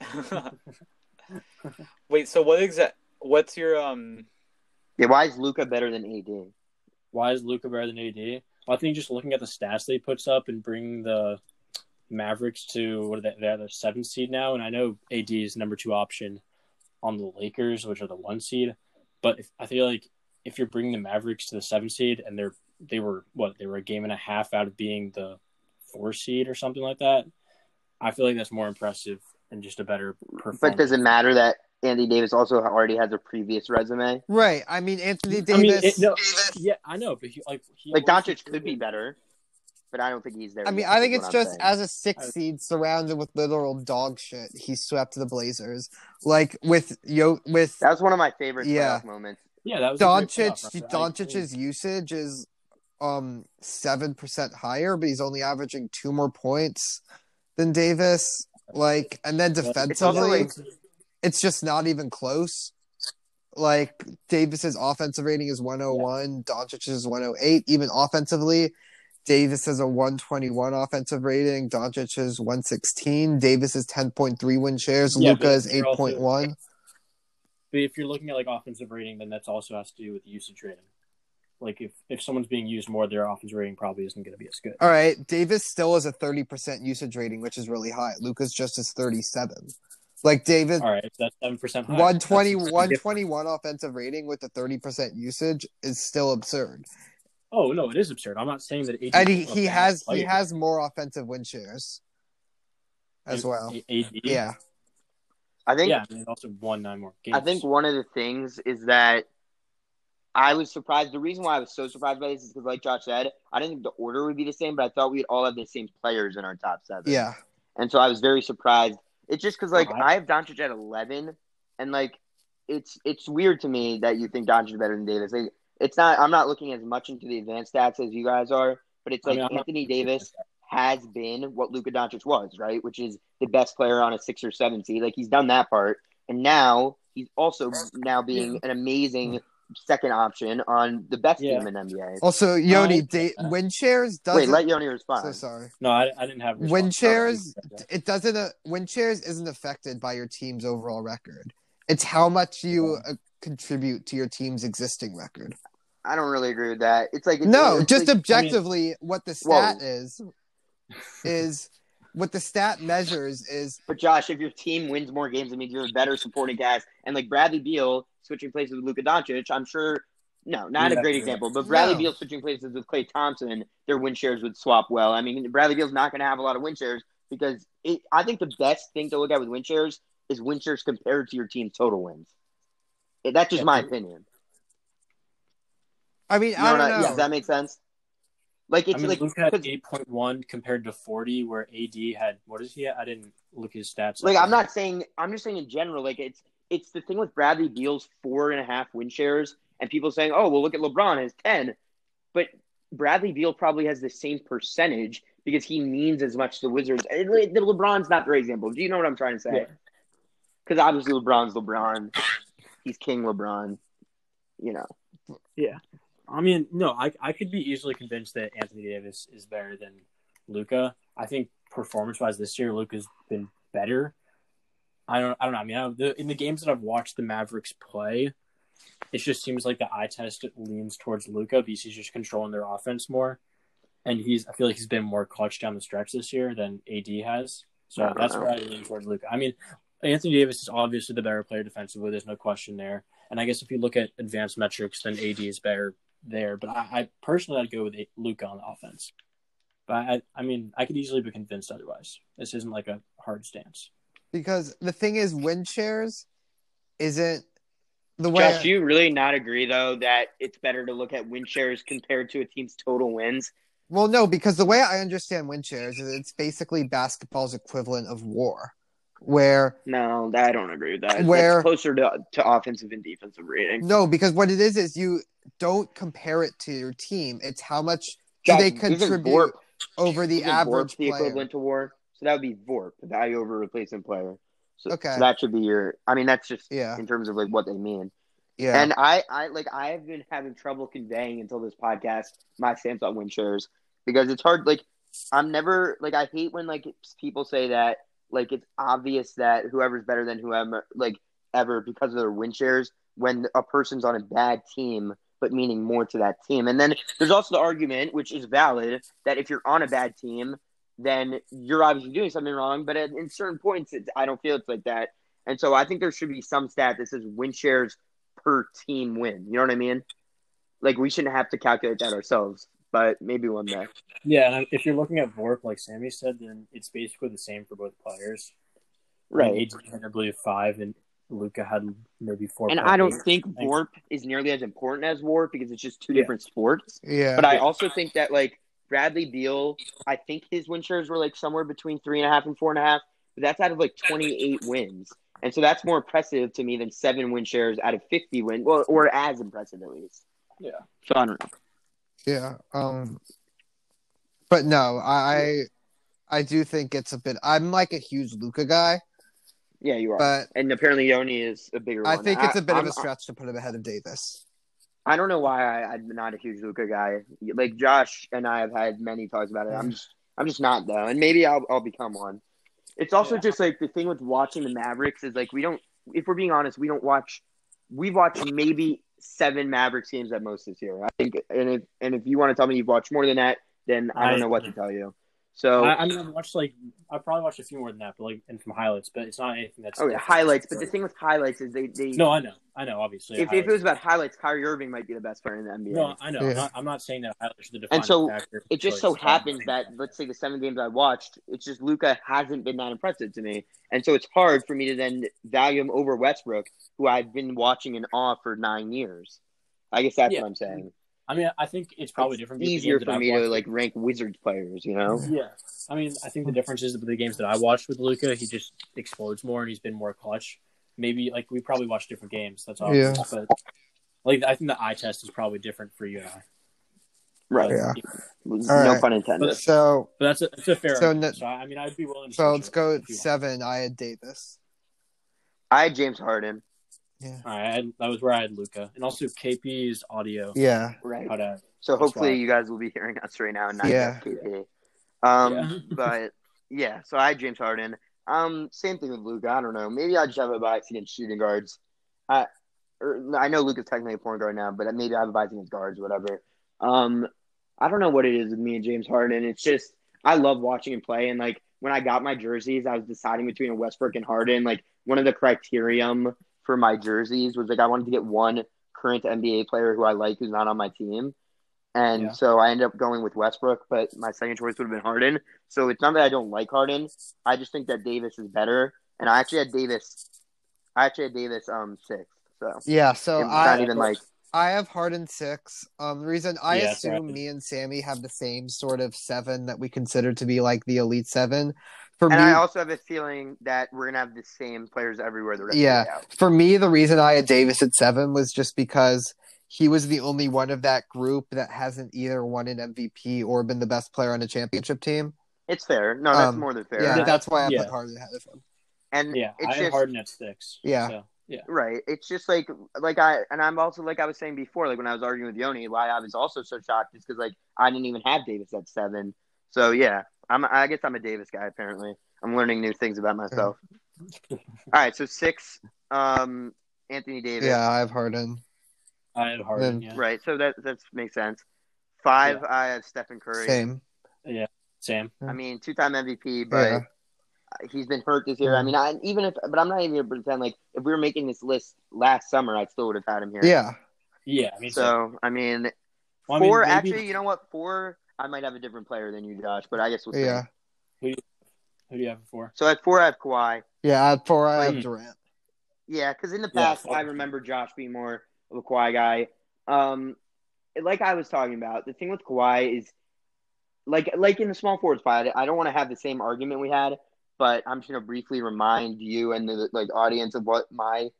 Speaker 4: wait. So what exact? What's your um?
Speaker 1: Yeah, why is Luca better than AD?
Speaker 3: Why is Luca better than AD? Well, I think just looking at the stats that he puts up and bringing the Mavericks to what are they? They're the seventh seed now, and I know AD is number two option on the Lakers, which are the one seed. But if, I feel like if you're bringing the Mavericks to the seventh seed, and they're they were what they were a game and a half out of being the four seed or something like that, I feel like that's more impressive and just a better performance.
Speaker 1: But does it matter that Andy Davis also already has a previous resume?
Speaker 2: Right. I mean, Anthony
Speaker 3: I mean,
Speaker 2: Davis.
Speaker 3: it- no, yeah, I know, but he, like he
Speaker 1: Like
Speaker 3: always-
Speaker 1: Doncic could be better, but I don't think he's there.
Speaker 2: I mean,
Speaker 1: yet,
Speaker 2: I
Speaker 1: is
Speaker 2: think
Speaker 1: what
Speaker 2: it's
Speaker 1: I'm
Speaker 2: just
Speaker 1: saying.
Speaker 2: as a
Speaker 3: I-
Speaker 2: six seed surrounded with literal dog shit, he swept the Blazers. Like with yo with
Speaker 1: that was one of my favorite
Speaker 2: Yeah.
Speaker 1: playoff moments.
Speaker 3: Yeah, that was a great
Speaker 2: Doncic,
Speaker 3: playoff. I-
Speaker 2: Doncic's usage is um seven percent higher, but he's only averaging two more points than Davis. Like, and then
Speaker 1: It's also,
Speaker 2: defensively,
Speaker 1: like-
Speaker 2: it's, just not even close. Like Davis's offensive rating is 101, Doncic's is 108. Even offensively, Davis has a 121 offensive rating, Doncic is 116, Davis is 10.3 win shares,
Speaker 3: Yeah,
Speaker 2: Luca
Speaker 3: but
Speaker 2: is
Speaker 3: they're also-
Speaker 2: 8.1.
Speaker 3: But if you're looking at like offensive rating, then that's also has to do with usage rating. Like if if someone's being used more, their offensive rating probably isn't going to be as good.
Speaker 2: All right, Davis still has a thirty percent usage rating, which is really high. Luca's just as thirty-seven. Like Davis,
Speaker 3: All right, so that's seven percent.
Speaker 2: 120, 121 offensive rating with a thirty percent usage is still absurd.
Speaker 3: Oh no, it is absurd. I'm not saying that. AD
Speaker 2: And he,
Speaker 3: is a
Speaker 2: he
Speaker 3: bad
Speaker 2: has he
Speaker 3: player.
Speaker 2: has more offensive win shares as
Speaker 3: A-
Speaker 2: well.
Speaker 3: AD,
Speaker 2: Yeah,
Speaker 1: I think
Speaker 3: yeah, and he also won nine more games.
Speaker 1: I think one of the things is that I was surprised. The reason why I was so surprised by this is because, like Josh said, I didn't think the order would be the same, but I thought we'd all have the same players in our top seven.
Speaker 2: yeah.
Speaker 1: And so I was very surprised. It's just because, like,
Speaker 3: Uh-huh.
Speaker 1: I have Doncic at 11, and, like, it's it's weird to me that you think Doncic is better than Davis. Like, it's not, I'm not looking as much into the advanced stats as you guys are, but it's
Speaker 3: I
Speaker 1: like
Speaker 3: mean, I'm not-
Speaker 1: Anthony Davis has been what Luka Doncic was, right? Which is the best player on a six or seven seed. Like, he's done that part. And now he's also now being an amazing second option on the best
Speaker 3: Yeah.
Speaker 1: team in NBA.
Speaker 2: Also, Yoni,
Speaker 3: I-
Speaker 2: da- win shares doesn't.
Speaker 1: Oh, uh, Wait, let Yoni respond.
Speaker 2: Oh, so sorry.
Speaker 3: No, I, I didn't have. a response.
Speaker 2: Win shares it doesn't uh, win shares isn't affected by your team's overall record. It's how much you uh, contribute to your team's existing record.
Speaker 1: I don't really agree with that. It's like,
Speaker 2: No,
Speaker 1: it's
Speaker 2: just
Speaker 1: like-
Speaker 2: objectively, what the
Speaker 1: Whoa.
Speaker 2: stat is is what the stat measures is
Speaker 1: But Josh, if your team wins more games, it means you're a better supporting cast. And like Bradley Beal switching places with Luka Doncic, I'm sure. No, not
Speaker 3: Yeah.
Speaker 1: a great example. But Bradley
Speaker 2: No.
Speaker 1: Beal switching places with Clay Thompson, their win shares would swap well. I mean, Bradley Beal's not going to have a lot of win shares because it, I think the best thing to look at with win shares is win shares compared to your team's total wins. Yeah, That's just
Speaker 3: Yeah.
Speaker 1: my opinion.
Speaker 2: I mean,
Speaker 1: You
Speaker 2: I
Speaker 1: know
Speaker 2: don't
Speaker 1: what I-
Speaker 2: know.
Speaker 1: Does that make sense? Like
Speaker 3: I
Speaker 1: it's
Speaker 3: mean,
Speaker 1: like
Speaker 3: Luka had
Speaker 1: 'cause-
Speaker 3: eight point one compared to forty, where AD had what is he? At? I didn't look his stats.
Speaker 1: Like
Speaker 3: up.
Speaker 1: I'm not saying I'm just saying in general, like it's it's the thing with Bradley Beal's four and a half win shares and people saying, Oh, well look at LeBron has ten. But Bradley Beal probably has the same percentage because he means as much to the Wizards. And Le- the LeBron's not their example. Do you know what I'm trying to say?
Speaker 3: Yeah.
Speaker 1: Because obviously LeBron's LeBron. He's King LeBron. You know.
Speaker 3: I mean, no, I I could be easily convinced that Anthony Davis is better than Luca. I think performance wise this year, Luca's been better. I don't I don't know. I mean, I, the, in the games that I've watched the Mavericks play, it just seems like the eye test leans towards Luca because he's just controlling their offense more, and he's I feel like he's been more clutch down the stretch this year than AD
Speaker 1: I
Speaker 3: has. So
Speaker 1: don't
Speaker 3: that's
Speaker 1: know.
Speaker 3: where I lean towards Luca. I mean, Anthony Davis is obviously the better player defensively. There's no question there. And I guess if you look at advanced metrics, then AD is better there. But I, I personally, I'd go with Luca on the offense. But I, I mean, I could easily be convinced otherwise. This isn't like a hard stance.
Speaker 2: because the thing is, win shares isn't the way.
Speaker 1: Josh, do you really not agree though that it's better to look at win shares compared to a team's total wins?
Speaker 2: well, no, because the way I understand win shares is it's basically basketball's equivalent of WAR, where
Speaker 1: No, I don't agree with that.
Speaker 2: Where-
Speaker 1: That's closer to, to offensive and defensive rating.
Speaker 2: no, because what it is is you don't compare it to your team. It's how much do
Speaker 1: Jack,
Speaker 2: they
Speaker 1: isn't
Speaker 2: contribute
Speaker 1: Vorp-
Speaker 2: over the
Speaker 1: isn't
Speaker 2: average
Speaker 1: Vorp the
Speaker 2: player.
Speaker 1: equivalent to Vorp? So that would be Vorp, the value over replacement player. So,
Speaker 2: Okay.
Speaker 1: so that should be your. I mean, that's just
Speaker 2: Yeah,
Speaker 1: in terms of like what they mean.
Speaker 2: yeah.
Speaker 1: And I, I like I have been having trouble conveying until this podcast my stance on win shares because it's hard. Like I'm never like I hate when like it's- people say that like it's obvious that whoever's better than whoever like ever because of their win shares when a person's on a bad team but meaning more to that team. And then there's also the argument which is valid that if you're on a bad team then you're obviously doing something wrong. But at in certain points, it's, I don't feel it's like that. And so I think there should be some stat that says win shares per team win. You know what I mean? Like we shouldn't have to calculate that ourselves, but maybe one day.
Speaker 3: Yeah, and if you're looking at Vorp, like Sammy said, then it's basically the same for both players. I mean, AD had, I believe, five, and Luca had maybe four.
Speaker 1: And I don't think warp is nearly as important as warp because it's just two
Speaker 3: Yeah.
Speaker 1: different sports.
Speaker 2: yeah.
Speaker 1: But I also think that like Bradley Beal, I think his win shares were like somewhere between three and a half and four and a half. But that's out of like twenty eight wins, and so that's more impressive to me than seven win shares out of fifty win. Well, or as impressive at least.
Speaker 3: Yeah.
Speaker 1: So I don't know.
Speaker 2: Yeah. Um but no, I I do think it's a bit I'm like a huge Luca guy,
Speaker 1: Yeah, you are.
Speaker 2: but
Speaker 1: and apparently Yoni is a bigger
Speaker 2: I
Speaker 1: one.
Speaker 2: think it's a bit of
Speaker 1: I'm-
Speaker 2: a stretch to put him ahead of Davis.
Speaker 1: I don't know why I, I'm not a huge Luca guy. Like Josh and I have had many talks about it. I'm just, I'm just not though, and maybe I'll, I'll become one. It's also
Speaker 3: Yeah.
Speaker 1: just like the thing with watching the Mavericks is like we don't, if we're being honest, we don't watch. We've watched maybe seven Mavericks games at most this year. I think, and if and if you want to tell me you've watched more than that, then I don't
Speaker 3: I-
Speaker 1: know what to tell you. So
Speaker 3: I, I mean, I've watched like I probably watched a few more than that, but like and from highlights. But it's not anything that's
Speaker 1: okay,
Speaker 3: different.
Speaker 1: Oh, highlights. But the thing with highlights is they they
Speaker 3: No, I know, I know. Obviously,
Speaker 1: if, if it
Speaker 3: highlights-
Speaker 1: was about highlights, Kyrie Irving might be the best player in the NBA.
Speaker 3: no, I know.
Speaker 2: Yeah.
Speaker 3: I'm, not, I'm not saying that highlights are the defining
Speaker 1: so,
Speaker 3: factor.
Speaker 1: it just so happens that let's say the seven games I watched, it's just Luca hasn't been that impressive to me, and so it's hard for me to then value him over Westbrook, who I've been watching in awe for nine years. I guess that's
Speaker 3: Yeah.
Speaker 1: what I'm saying.
Speaker 3: I mean, I think it's probably
Speaker 1: It's
Speaker 3: different. because the
Speaker 1: Easier
Speaker 3: games
Speaker 1: for
Speaker 3: that
Speaker 1: me
Speaker 3: I've
Speaker 1: to
Speaker 3: watched-
Speaker 1: like rank Wizards players, you know.
Speaker 3: Yeah, I mean, I think the difference is that the games that I watched with Luca, he just explodes more and he's been more clutch. Maybe like we probably watch different games. That's obvious, but like I think the eye test is probably different for you and I.
Speaker 1: Right.
Speaker 2: Yeah.
Speaker 1: no
Speaker 2: right.
Speaker 1: pun intended.
Speaker 2: So
Speaker 3: But that's a, that's a fair.
Speaker 2: So
Speaker 3: So,
Speaker 2: no-
Speaker 3: so I I mean, I'd be willing. to
Speaker 2: so
Speaker 3: switch
Speaker 2: let's
Speaker 3: it
Speaker 2: go
Speaker 3: if
Speaker 2: at
Speaker 3: you want.
Speaker 2: seven. I had Davis.
Speaker 1: I had James Harden.
Speaker 2: Yeah.
Speaker 3: All right, I had- that was where I had Luca, and also KP's audio.
Speaker 2: Yeah.
Speaker 1: Right.
Speaker 3: How to,
Speaker 1: So
Speaker 3: That's
Speaker 1: hopefully
Speaker 3: why.
Speaker 1: you guys will be hearing us right now and not
Speaker 2: Yeah.
Speaker 1: just KP. Um,
Speaker 3: Yeah.
Speaker 1: but yeah, so I had James Harden. Um, same thing with Luca. I don't know. Maybe I just have a bias against shooting guards. I, or, no, I know Luca's technically a point guard now, but maybe I have a bias against guards, whatever. Um, I don't know what it is with me and James Harden. It's just I love watching him play, and like when I got my jerseys, I was deciding between a Westbrook and Harden. Like one of the criterium for my jerseys was like I wanted to get one current NBA player who I like who's not on my team. And
Speaker 3: Yeah.
Speaker 1: so I ended up going with Westbrook, but my second choice would have been Harden. So it's not that I don't like Harden. I just think that Davis is better. And I actually had Davis I actually had Davis um sixth. So
Speaker 2: Yeah. So
Speaker 1: it's
Speaker 2: I
Speaker 1: not even like
Speaker 2: I have Harden six. Um, the reason I
Speaker 3: Yeah, that's
Speaker 2: assume
Speaker 3: right.
Speaker 2: me and Sammy have the same sort of seven that we consider to be like the elite seven. For
Speaker 1: and
Speaker 2: me,
Speaker 1: I also have a feeling that we're gonna have the same players everywhere the rest
Speaker 2: Yeah.
Speaker 1: of the way out.
Speaker 2: for me, the reason I had Davis at seven was just because he was the only one of that group that hasn't either won an MVP or been the best player on a championship team.
Speaker 1: It's fair. No, that's
Speaker 2: Um,
Speaker 1: more than fair.
Speaker 2: Yeah,
Speaker 3: Yeah.
Speaker 2: that's why I
Speaker 3: Yeah.
Speaker 2: put Harden ahead of him.
Speaker 1: And
Speaker 3: yeah, I
Speaker 1: it's
Speaker 3: had
Speaker 1: just
Speaker 3: Harden at six.
Speaker 2: Yeah.
Speaker 3: so, yeah.
Speaker 1: Right. It's just like like I and I'm also like I was saying before, like when I was arguing with Yoni, why I was also so shocked is because like I didn't even have Davis at seven. So yeah, I'm I guess I'm a Davis guy apparently. I'm learning new things about myself. All right, so six, um, Anthony Davis.
Speaker 2: Yeah, I have Harden.
Speaker 3: I had Harden.
Speaker 2: Then-
Speaker 3: yeah,
Speaker 1: Right. So that that makes sense. Five, I have Stephen Curry.
Speaker 2: Same.
Speaker 3: Sam.
Speaker 1: I mean, two-time MVP, but
Speaker 2: Yeah. Mm-hmm.
Speaker 1: he's been hurt this year.
Speaker 2: Yeah.
Speaker 1: I mean, I even if, but I'm not even gonna pretend like if we were making this list last summer, I still would have had him here.
Speaker 2: Yeah.
Speaker 3: Yeah, I mean, so,
Speaker 1: So I mean,
Speaker 3: Well, I mean,
Speaker 1: four.
Speaker 3: maybe-
Speaker 1: Actually, you know what? Four. I might have a different player than you, Josh, but I guess we'll see.
Speaker 2: Yeah.
Speaker 3: who do you have it for?
Speaker 1: So at four, I have Kawhi.
Speaker 2: Yeah. I had four. I have
Speaker 3: Mm.
Speaker 2: Durant.
Speaker 1: Yeah, because in the
Speaker 3: Yeah,
Speaker 1: past,
Speaker 3: fuck.
Speaker 1: I remember Josh being more of a Kawhi guy. Um, like I was talking about, the thing with Kawhi is, like, like in the small forward spot, I don't want to have the same argument we had but I'm just gonna briefly remind you and the like audience of what my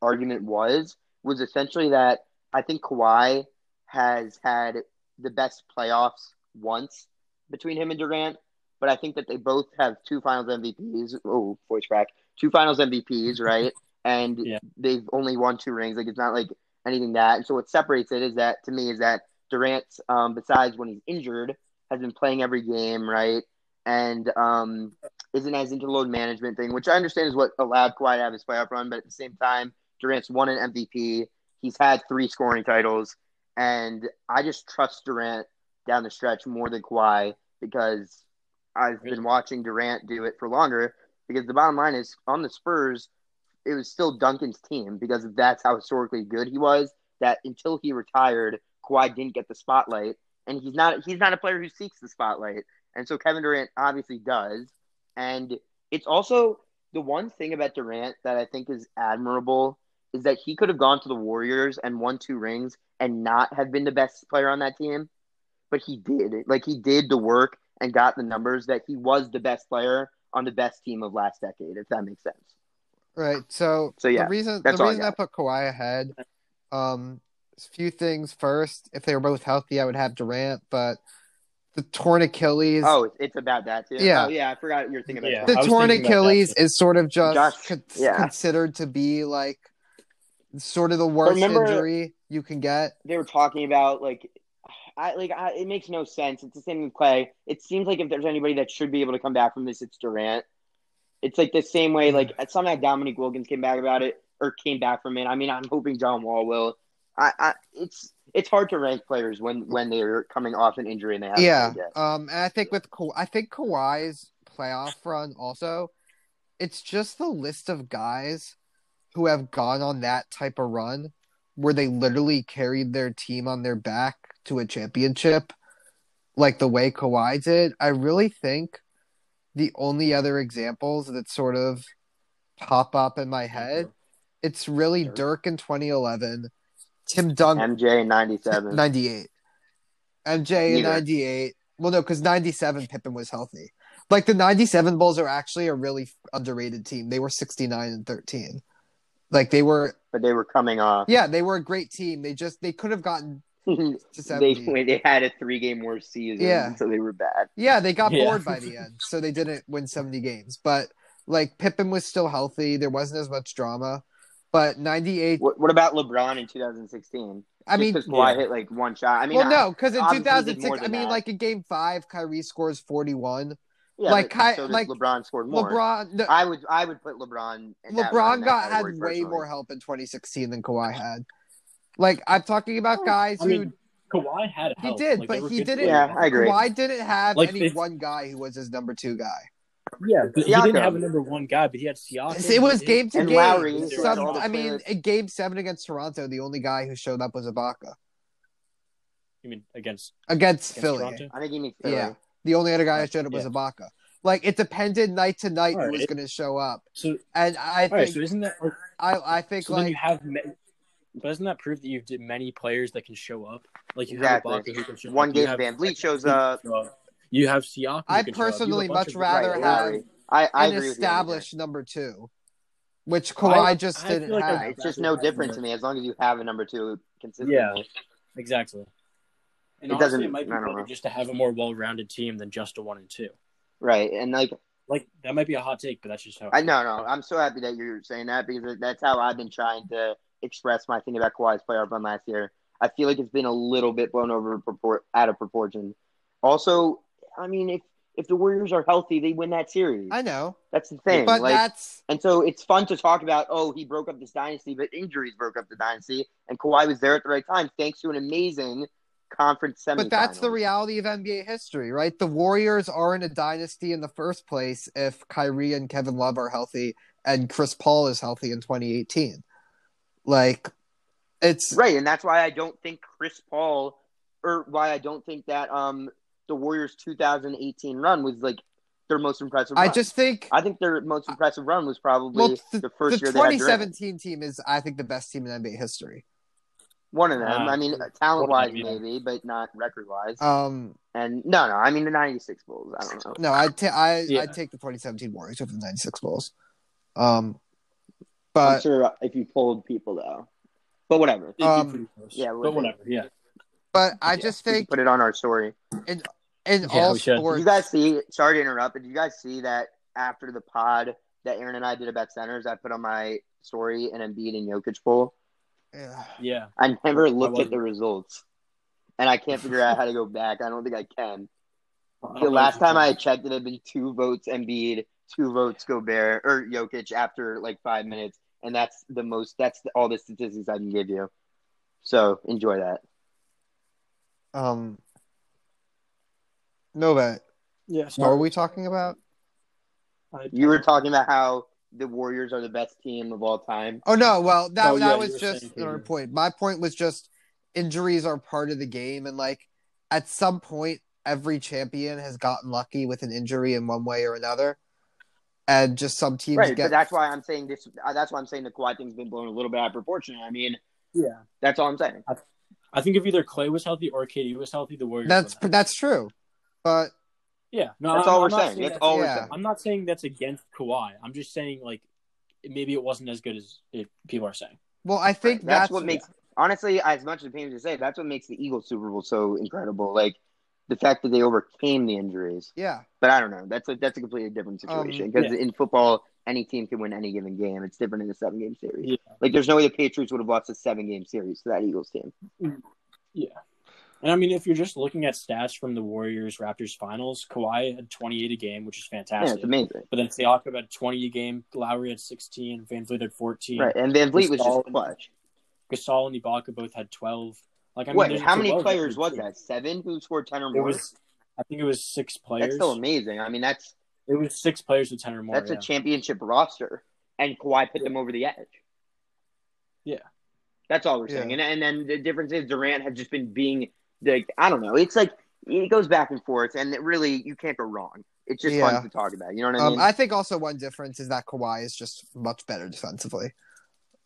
Speaker 1: argument was. Was essentially that I think Kawhi has had the best playoffs once between him and Durant, but I think that they both have two Finals MVPs. Oh, voice crack! Two Finals MVPs, right? And
Speaker 3: Yeah.
Speaker 1: they've only won two rings. Like it's not like anything that. And so what separates it is that to me is that Durant, um, besides when he's injured, has been playing every game, right? And um, isn't as into load management thing, which I understand is what allowed Kawhi to have his playoff run. But at the same time, Durant's won an MVP. He's had three scoring titles, and I just trust Durant down the stretch more than Kawhi because I've been watching Durant do it for longer. Because the bottom line is on the Spurs, it was still Duncan's team because that's how historically good he was. That until he retired, Kawhi didn't get the spotlight, and he's not he's not a player who seeks the spotlight. And so Kevin Durant obviously does. And it's also the one thing about Durant that I think is admirable is that he could have gone to the Warriors and won two rings and not have been the best player on that team, but he did. Like he did the work and got the numbers that he was the best player on the best team of last decade. If that makes sense.
Speaker 2: Right. So,
Speaker 1: So, yeah,
Speaker 2: the reason the
Speaker 1: that's all I
Speaker 2: reason I, put Kawhi ahead, um, is a few things. First, if they were both healthy, I would have Durant, but the torn Achilles.
Speaker 1: Oh, it's- it's about that too.
Speaker 2: Yeah.
Speaker 1: Oh, yeah. I forgot you're thinking about
Speaker 3: Yeah.
Speaker 2: the
Speaker 3: I was
Speaker 2: torn
Speaker 3: thinking about that,
Speaker 2: Achilles
Speaker 3: too.
Speaker 2: is sort of just,
Speaker 1: Just-
Speaker 2: con-
Speaker 1: yeah.
Speaker 2: considered to be like sort of the worst
Speaker 1: remember-
Speaker 2: injury you can get.
Speaker 1: they were talking about like I like I, it makes no sense. It's the same with Clay. It seems like if there's anybody that should be able to come back from this, it's Durant. It's like the same way like somehow Dominique Wilkins came back about it or came back from it. I mean, I'm hoping John Wall will. I, I it's it's hard to rank players when when they're coming off an injury and they haven't
Speaker 2: Yeah.
Speaker 1: played yet.
Speaker 2: Um, and I think with Ka- I think Kawhi's playoff run also, it's just the list of guys who have gone on that type of run where they literally carried their team on their back to a championship, like the way Kawhi did. I really think the only other examples that sort of pop up in my head, it's really
Speaker 3: Dirk.
Speaker 2: Dirk in 2011, Tim Duncan
Speaker 1: MJ in '97.
Speaker 2: 98. MJ in
Speaker 1: Neither.
Speaker 2: 98. Well, no, because 97 Pippen was healthy. Like the 97 Bulls are actually a really underrated team. They were 69 and 13. Like they were,
Speaker 1: but they were coming off.
Speaker 2: yeah, they were a great team. They just, they could have gotten to
Speaker 1: they
Speaker 2: 70.
Speaker 1: they had a three game worse season,
Speaker 2: Yeah.
Speaker 1: so they were bad.
Speaker 2: yeah, they got
Speaker 3: Yeah.
Speaker 2: bored by the end. So they didn't win 70 games. But like Pippen was still healthy. There wasn't as much drama. But 98,
Speaker 1: What, what about LeBron in 2016?
Speaker 2: I mean,
Speaker 1: because Kawhi
Speaker 3: yeah.
Speaker 1: hit like one shot. I mean,
Speaker 2: well,
Speaker 1: I-
Speaker 2: no, because in
Speaker 1: obviously he did
Speaker 2: 2006,
Speaker 1: more
Speaker 2: I
Speaker 1: than
Speaker 2: mean,
Speaker 1: that.
Speaker 2: like in game five, Kyrie scores 41.
Speaker 1: yeah,
Speaker 2: like
Speaker 1: but
Speaker 2: Ky-
Speaker 1: so did
Speaker 2: like
Speaker 1: LeBron scored more.
Speaker 2: LeBron, no,
Speaker 1: I would, I would put LeBron. in that round,
Speaker 2: LeBron
Speaker 1: that
Speaker 2: got had
Speaker 1: category,
Speaker 2: way
Speaker 1: personally.
Speaker 2: more help in 2016 than Kawhi had. Like I'm talking
Speaker 1: Oh,
Speaker 2: about guys
Speaker 3: I
Speaker 2: who
Speaker 3: mean, Kawhi had help.
Speaker 2: did,
Speaker 3: Like,
Speaker 2: but
Speaker 3: they were
Speaker 2: he
Speaker 3: good
Speaker 2: didn't-
Speaker 3: players.
Speaker 1: Yeah, I agree.
Speaker 2: Kawhi didn't have
Speaker 3: Like,
Speaker 2: any
Speaker 3: it's-
Speaker 2: one guy who was his number two guy.
Speaker 3: Yeah, but he
Speaker 1: Siakam.
Speaker 3: didn't have a number one guy, but he had Siakam.
Speaker 2: It was
Speaker 3: He
Speaker 2: game to
Speaker 1: And
Speaker 2: game.
Speaker 1: Lowry,
Speaker 3: who had
Speaker 2: Some-
Speaker 3: all the
Speaker 2: I mean,
Speaker 1: players-
Speaker 2: in game seven against Toronto, the only guy who showed up was Ibaka
Speaker 3: I mean, against,
Speaker 2: against,
Speaker 3: against
Speaker 2: Philly.
Speaker 3: Toronto.
Speaker 1: I think he needs Philly.
Speaker 2: Yeah, the only other guy who showed up was
Speaker 3: Yeah.
Speaker 2: Ibaka. Like it depended night to night who
Speaker 3: Alright,
Speaker 2: was
Speaker 3: it-
Speaker 2: going to show up,
Speaker 3: So,
Speaker 2: and I think
Speaker 3: all right. So isn't that?
Speaker 2: I I think
Speaker 3: so then
Speaker 2: like
Speaker 3: you have. ma- But doesn't that prove that you did many players that can show up? Like you
Speaker 1: Exactly.
Speaker 3: have Ibaka who can show
Speaker 1: One
Speaker 3: up. You
Speaker 1: game,
Speaker 3: have-
Speaker 1: Van Vliet shows up.
Speaker 3: You have Siakam. who
Speaker 2: I
Speaker 3: can show up. You have a
Speaker 2: personally
Speaker 3: bunch
Speaker 2: much
Speaker 3: of-
Speaker 2: rather
Speaker 1: Right,
Speaker 2: have-
Speaker 1: Lowry. I, I
Speaker 2: an
Speaker 1: agree with you on that.
Speaker 2: established number two, which Kawhi
Speaker 3: I-
Speaker 2: just
Speaker 3: I
Speaker 2: didn't
Speaker 3: feel like
Speaker 2: have.
Speaker 3: I-
Speaker 1: It's just no different to me as long as you have a number two consistently.
Speaker 3: Yeah, exactly. And
Speaker 1: It
Speaker 3: honestly,
Speaker 1: doesn't-
Speaker 3: it might be
Speaker 1: I don't
Speaker 3: better
Speaker 1: know.
Speaker 3: just to have a more well-rounded team than just a one and two.
Speaker 1: Right, and like
Speaker 3: Like that might be a hot take, but that's just how.
Speaker 1: I no no, I'm so happy that you're saying that because that's how I've been trying to express my thing about Kawhi's playoff run last year. I feel like it's been a little bit blown over propor- out of proportion. Also, I mean, if if the Warriors are healthy, they win that series.
Speaker 2: I know,
Speaker 1: that's the thing.
Speaker 2: but
Speaker 1: like,
Speaker 2: that's
Speaker 1: and so it's fun to talk about. Oh, he broke up this dynasty, but injuries broke up the dynasty, and Kawhi was there at the right time thanks to an amazing conference semifinal.
Speaker 2: but that's the reality of NBA history, right? The Warriors aren't a dynasty in the first place if Kyrie and Kevin Love are healthy and Chris Paul is healthy in 2018. Like, it's
Speaker 1: Right, and that's why I don't think Chris Paul, or why I don't think that um the Warriors' 2018 run was like their most impressive.
Speaker 2: I
Speaker 1: run.
Speaker 2: just think
Speaker 1: I think their most impressive run was probably
Speaker 2: Well, th-
Speaker 1: the first
Speaker 2: the
Speaker 1: year they had Durant.
Speaker 2: 2017 team is, I think, the best team in NBA history.
Speaker 1: One of them.
Speaker 3: Uh,
Speaker 1: I mean, talent wise,
Speaker 3: yeah.
Speaker 1: maybe, but not record wise.
Speaker 2: Um,
Speaker 1: and no, no. I mean, the '96 Bulls. I don't know.
Speaker 2: no, I'd, ta- I,
Speaker 3: Yeah.
Speaker 2: I'd take the 2017 Warriors over the 96 Bulls. Um,
Speaker 1: I'm
Speaker 2: but
Speaker 1: sure if you polled people though, but whatever.
Speaker 3: It'd
Speaker 2: Um,
Speaker 3: be pretty close.
Speaker 1: yeah,
Speaker 3: but
Speaker 1: would-
Speaker 3: whatever. Yeah,
Speaker 2: but I
Speaker 1: Yeah,
Speaker 2: just
Speaker 1: we can
Speaker 2: think
Speaker 1: put it on our story.
Speaker 2: in
Speaker 3: Yeah,
Speaker 2: all
Speaker 3: we should.
Speaker 1: Did
Speaker 2: sports,
Speaker 1: you guys see? Sorry to interrupt, but did you guys see that after the pod that Aaron and I did about centers, I put on my story an Embiid and Jokic poll.
Speaker 2: Yeah.
Speaker 3: yeah.
Speaker 1: I never
Speaker 3: I
Speaker 1: looked at
Speaker 3: wasn't.
Speaker 1: the results, and I can't figure out how to go back. I don't think I can.
Speaker 3: I don't
Speaker 1: The
Speaker 3: know
Speaker 1: last
Speaker 3: if you
Speaker 1: time I
Speaker 3: can-
Speaker 1: checked, it had been two votes Embiid, two votes Gobert or Jokic after like five minutes, and that's the most. That's the, all the statistics I can give you. So enjoy that.
Speaker 2: um, no bet.
Speaker 3: yeah.
Speaker 2: What are
Speaker 3: Sorry,
Speaker 2: we talking about?
Speaker 3: I-
Speaker 1: You were talking about how the Warriors are the best team of all time.
Speaker 2: Oh no, well that
Speaker 3: Oh, yeah,
Speaker 2: that
Speaker 3: you
Speaker 2: was
Speaker 3: were
Speaker 2: just
Speaker 3: saying
Speaker 2: another
Speaker 3: Peter.
Speaker 2: point. My point was just injuries are part of the game and like at some point every champion has gotten lucky with an injury in one way or another. And just some teams
Speaker 1: Right,
Speaker 2: get
Speaker 1: but that's why I'm saying this. uh, That's why I'm saying the Kawhi thing's been blown a little bit out of proportion. I mean,
Speaker 3: yeah.
Speaker 1: that's all I'm saying.
Speaker 3: I think if either Clay was healthy or KD was healthy, the Warriors.
Speaker 2: that's
Speaker 3: win that.
Speaker 2: that's true. But
Speaker 3: yeah. No,
Speaker 1: That's
Speaker 3: I'm-
Speaker 1: all
Speaker 3: Um, I'm
Speaker 1: we're
Speaker 3: not
Speaker 1: saying. That's all
Speaker 2: Yeah.
Speaker 1: we're saying.
Speaker 3: I'm not saying that's against Kawhi. I'm just saying like maybe it wasn't as good as it, people are saying.
Speaker 2: well I think
Speaker 1: That's,
Speaker 2: that's,
Speaker 1: what makes honestly, as much as it pains me to say, that's what makes the Eagles Super Bowl so incredible. Like the fact that they overcame the injuries.
Speaker 2: yeah.
Speaker 1: But I don't know. That's a that's a completely different
Speaker 2: Um,
Speaker 1: situation because
Speaker 3: yeah.
Speaker 1: in football, any team can win any given game. It's different in a seven game series.
Speaker 3: Yeah.
Speaker 1: Like there's no way the Patriots would have lost a seven game series to that Eagles team.
Speaker 3: And I mean, if you're just looking at stats from the Warriors Raptors finals, Kawhi had 28 a game, which is
Speaker 1: Yeah,
Speaker 3: fantastic.
Speaker 1: it's amazing.
Speaker 3: but then Siakam had 20 a game, Lowry had 16, Van Vliet had 14,
Speaker 1: Right, and Van Vliet was
Speaker 3: Gasol-
Speaker 1: just clutch.
Speaker 3: Gasol and Ibaka both had 12. Like, I mean,
Speaker 1: Wait,
Speaker 3: there's a
Speaker 1: how many
Speaker 3: Joel
Speaker 1: players
Speaker 3: record,
Speaker 1: was
Speaker 3: too.
Speaker 1: that? Seven who scored ten or
Speaker 3: It
Speaker 1: more.
Speaker 3: was, I think it was six
Speaker 1: That's
Speaker 3: players.
Speaker 1: still amazing. I mean, that's
Speaker 3: It was six players with 10 or more.
Speaker 1: That's
Speaker 3: yeah.
Speaker 1: a championship roster, and Kawhi put them over the edge.
Speaker 3: Yeah.
Speaker 1: that's all we're saying. And and then the difference is Durant has just been being like I don't know. It's like it goes back and forth, and it really you can't go wrong. It's just
Speaker 2: Yeah.
Speaker 1: fun to talk about. You know what I
Speaker 2: um
Speaker 1: mean?
Speaker 2: I think also one difference is that Kawhi is just much better defensively.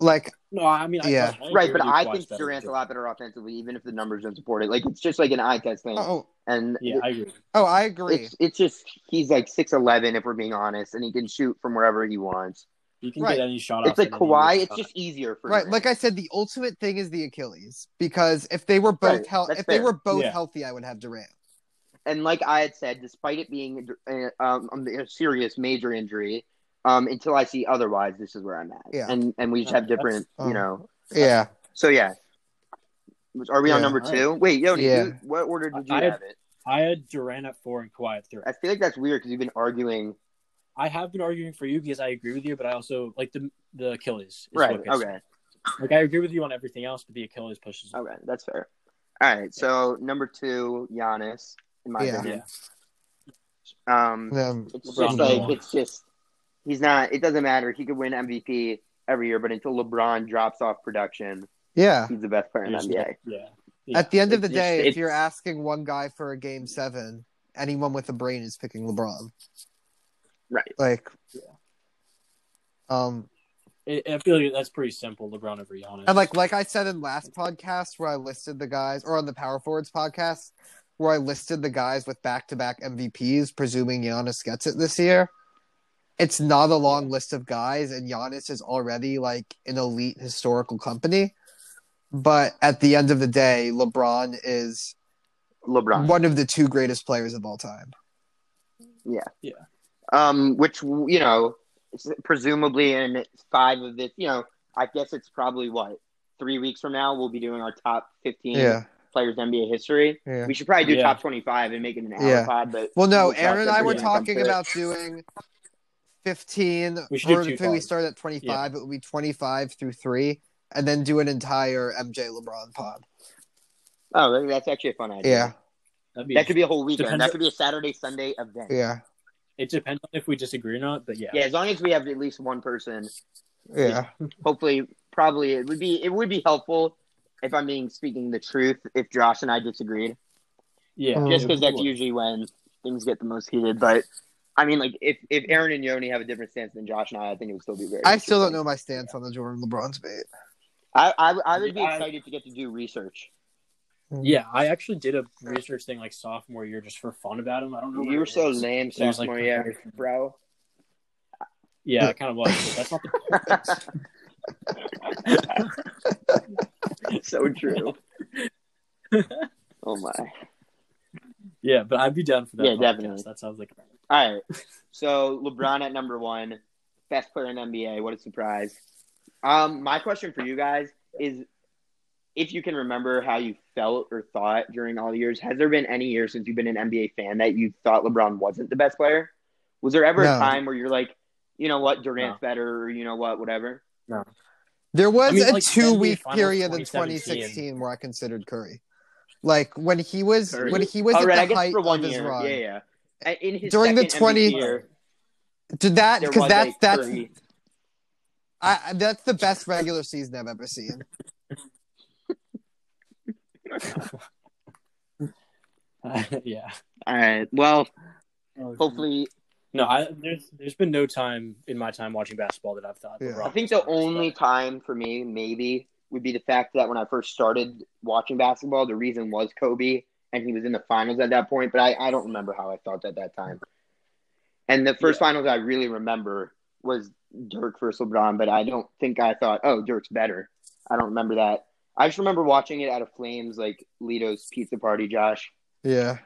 Speaker 2: Like
Speaker 3: no, I mean, I,
Speaker 2: Yeah.
Speaker 3: I, I
Speaker 1: right,
Speaker 3: agree
Speaker 1: but
Speaker 3: with
Speaker 1: I
Speaker 3: Kawhi's
Speaker 1: think
Speaker 3: better
Speaker 1: Durant's
Speaker 3: too.
Speaker 1: a lot better offensively, even if the numbers don't support it. Like it's just like an eye test thing,
Speaker 2: oh
Speaker 1: and
Speaker 3: Yeah, I agree.
Speaker 2: oh I agree.
Speaker 1: it's it's just he's like six eleven if we're being honest, and he can shoot from wherever he wants.
Speaker 3: You can
Speaker 2: Right.
Speaker 3: get any shot off.
Speaker 1: It's like
Speaker 3: at any given
Speaker 1: Kawhi. It's
Speaker 3: time.
Speaker 1: just easier for
Speaker 2: Right,
Speaker 1: Durant.
Speaker 2: like I said, the ultimate thing is the Achilles because if they were both
Speaker 1: Right,
Speaker 2: healthy,
Speaker 1: that's
Speaker 2: if they
Speaker 1: fair.
Speaker 2: were both
Speaker 3: Yeah.
Speaker 2: healthy, I would have Durant.
Speaker 1: and like I had said, despite it being uh, um, a serious major injury, um, until I see otherwise, this is where I'm at.
Speaker 2: Yeah.
Speaker 1: And and we just have
Speaker 3: Okay,
Speaker 1: different,
Speaker 2: that's-
Speaker 1: you know.
Speaker 2: Um, Yeah,
Speaker 1: So yeah, are we on
Speaker 2: Yeah,
Speaker 1: number
Speaker 3: all
Speaker 1: two? Wait, Yoni,
Speaker 2: Yeah.
Speaker 1: you- what order did you
Speaker 3: I
Speaker 1: have,
Speaker 3: have-
Speaker 1: it?
Speaker 3: I had Durant at four and Kawhi at three.
Speaker 1: I feel like that's weird because you've been arguing.
Speaker 3: I have been arguing for you because I agree with you, but I also like the the Achilles. Is
Speaker 1: Right.
Speaker 3: what gets me.
Speaker 1: Okay.
Speaker 3: Like I agree with you on everything else, but the Achilles pushes.
Speaker 1: Okay. That's fair. All right. So number two, Giannis, in my
Speaker 2: Yeah.
Speaker 1: opinion. Um,
Speaker 2: Um,
Speaker 1: It's
Speaker 3: LeBron
Speaker 1: just
Speaker 3: number
Speaker 1: like
Speaker 3: one.
Speaker 1: it's just he's not. It doesn't matter. He could win MVP every year, but until LeBron drops off production,
Speaker 2: yeah.
Speaker 1: he's the best player in
Speaker 3: There's
Speaker 1: NBA.
Speaker 3: no- yeah. Yeah.
Speaker 2: At the end of the
Speaker 1: It's-
Speaker 2: day,
Speaker 1: it's-
Speaker 2: if you're asking one guy for a game seven, anyone with a brain is picking LeBron.
Speaker 1: Right.
Speaker 2: Like,
Speaker 3: Yeah.
Speaker 2: um,
Speaker 3: I I feel like that's pretty simple. LeBron over Giannis.
Speaker 2: and like like I said in last podcast where I listed the guys, or on the Power Forwards podcast where I listed the guys with back to back MVPs, presuming Giannis gets it this year. It's not a long list of guys, and Giannis is already like an elite historical company. But at the end of the day, LeBron is
Speaker 1: LeBron.
Speaker 2: one of the two greatest players of all time.
Speaker 1: Um, which you know, it's presumably in five of this, you know, I guess it's probably what three weeks from now we'll be doing our top fifteen players in NBA history.
Speaker 2: yeah.
Speaker 1: We should probably do
Speaker 3: Yeah.
Speaker 1: top twenty-five and make it an hour
Speaker 2: Yeah.
Speaker 1: pod. But
Speaker 2: Well, no,
Speaker 1: we'll talk
Speaker 2: Aaron and I
Speaker 1: every
Speaker 2: were
Speaker 1: time it comes
Speaker 2: talking
Speaker 1: to it.
Speaker 2: about doing 15.
Speaker 3: We should do
Speaker 2: or
Speaker 3: two
Speaker 2: if we
Speaker 3: pods.
Speaker 2: start at 25, it would be 25 through 3, and then do an entire MJ LeBron pod.
Speaker 1: oh, that's actually a fun idea.
Speaker 2: Yeah,
Speaker 3: That'd be-
Speaker 1: That could be a whole weekend.
Speaker 3: Depends-
Speaker 1: That could be a Saturday Sunday event.
Speaker 2: yeah,
Speaker 3: it depends on if we disagree or not, but yeah.
Speaker 1: Yeah, as long as we have at least one person,
Speaker 2: yeah.
Speaker 1: hopefully, probably it would be it would be helpful if I'm being speaking the truth. If Josh and I disagreed,
Speaker 3: Yeah.
Speaker 2: Um,
Speaker 1: just because that's
Speaker 3: Cool.
Speaker 1: usually when things get the most heated. But I mean, like if if Aaron and Yoni have a different stance than Josh and I, I think it would still be very.
Speaker 2: I still don't know
Speaker 1: interesting.
Speaker 2: my stance on the Jordan LeBron's debate.
Speaker 1: I, I, I would be
Speaker 3: Yeah, I-
Speaker 1: excited to get to do research.
Speaker 3: Yeah, I actually did a research thing like sophomore year just for fun about him. I don't know. where
Speaker 1: You were
Speaker 3: it
Speaker 1: so
Speaker 3: is.
Speaker 1: lame
Speaker 3: It was, like,
Speaker 1: sophomore year,
Speaker 3: preparation.
Speaker 1: bro.
Speaker 3: Yeah, I kind of was. But that's not the
Speaker 1: so true. oh my.
Speaker 3: yeah, but I'd be down for that.
Speaker 1: Yeah,
Speaker 3: podcast.
Speaker 1: definitely.
Speaker 3: That sounds like
Speaker 1: All right. So LeBron at number one, best player in NBA. What a surprise. Um, my question for you guys is if you can remember how you felt or thought during all the years, has there been any year since you've been an NBA fan that you thought LeBron wasn't the best player? Was there ever
Speaker 2: No.
Speaker 1: a time where you're like, you know what, Durant's better, or you know what, whatever?
Speaker 2: There was
Speaker 3: I mean,
Speaker 2: a
Speaker 3: like,
Speaker 2: two
Speaker 3: NBA
Speaker 2: week
Speaker 3: Finals
Speaker 2: period in
Speaker 3: 2017.
Speaker 2: 2016 where I considered Curry. Like when he was
Speaker 1: Curry?
Speaker 2: when he was
Speaker 1: All
Speaker 2: at
Speaker 1: Oh, right,
Speaker 2: the
Speaker 1: I guess
Speaker 2: height
Speaker 1: for one
Speaker 2: of his
Speaker 1: year.
Speaker 2: run.
Speaker 1: Yeah, yeah. A- In his
Speaker 2: During the
Speaker 1: second
Speaker 2: 20
Speaker 1: MVP year,
Speaker 2: Did that
Speaker 1: there
Speaker 2: because
Speaker 1: was
Speaker 2: that's
Speaker 1: a
Speaker 2: that's
Speaker 1: Curry.
Speaker 2: I, I- that's the best regular season I've ever seen.
Speaker 3: that. yeah.
Speaker 1: All right. Well, hopefully
Speaker 3: No, I, there's there's been no time in my time watching basketball that I've thought.
Speaker 2: Yeah.
Speaker 3: LeBron
Speaker 1: I think
Speaker 3: was
Speaker 1: the only
Speaker 3: best,
Speaker 1: time for me, maybe, would be the fact that when I first started watching basketball, the reason was Kobe, and he was in the finals at that point. But I, I don't remember how I felt at that time. And the first finals I really remember was Dirk versus LeBron, but I don't think I thought, oh, Dirk's better. I don't remember that. I just remember watching it at a Flames, like Lito's pizza party, Josh.
Speaker 2: Yeah,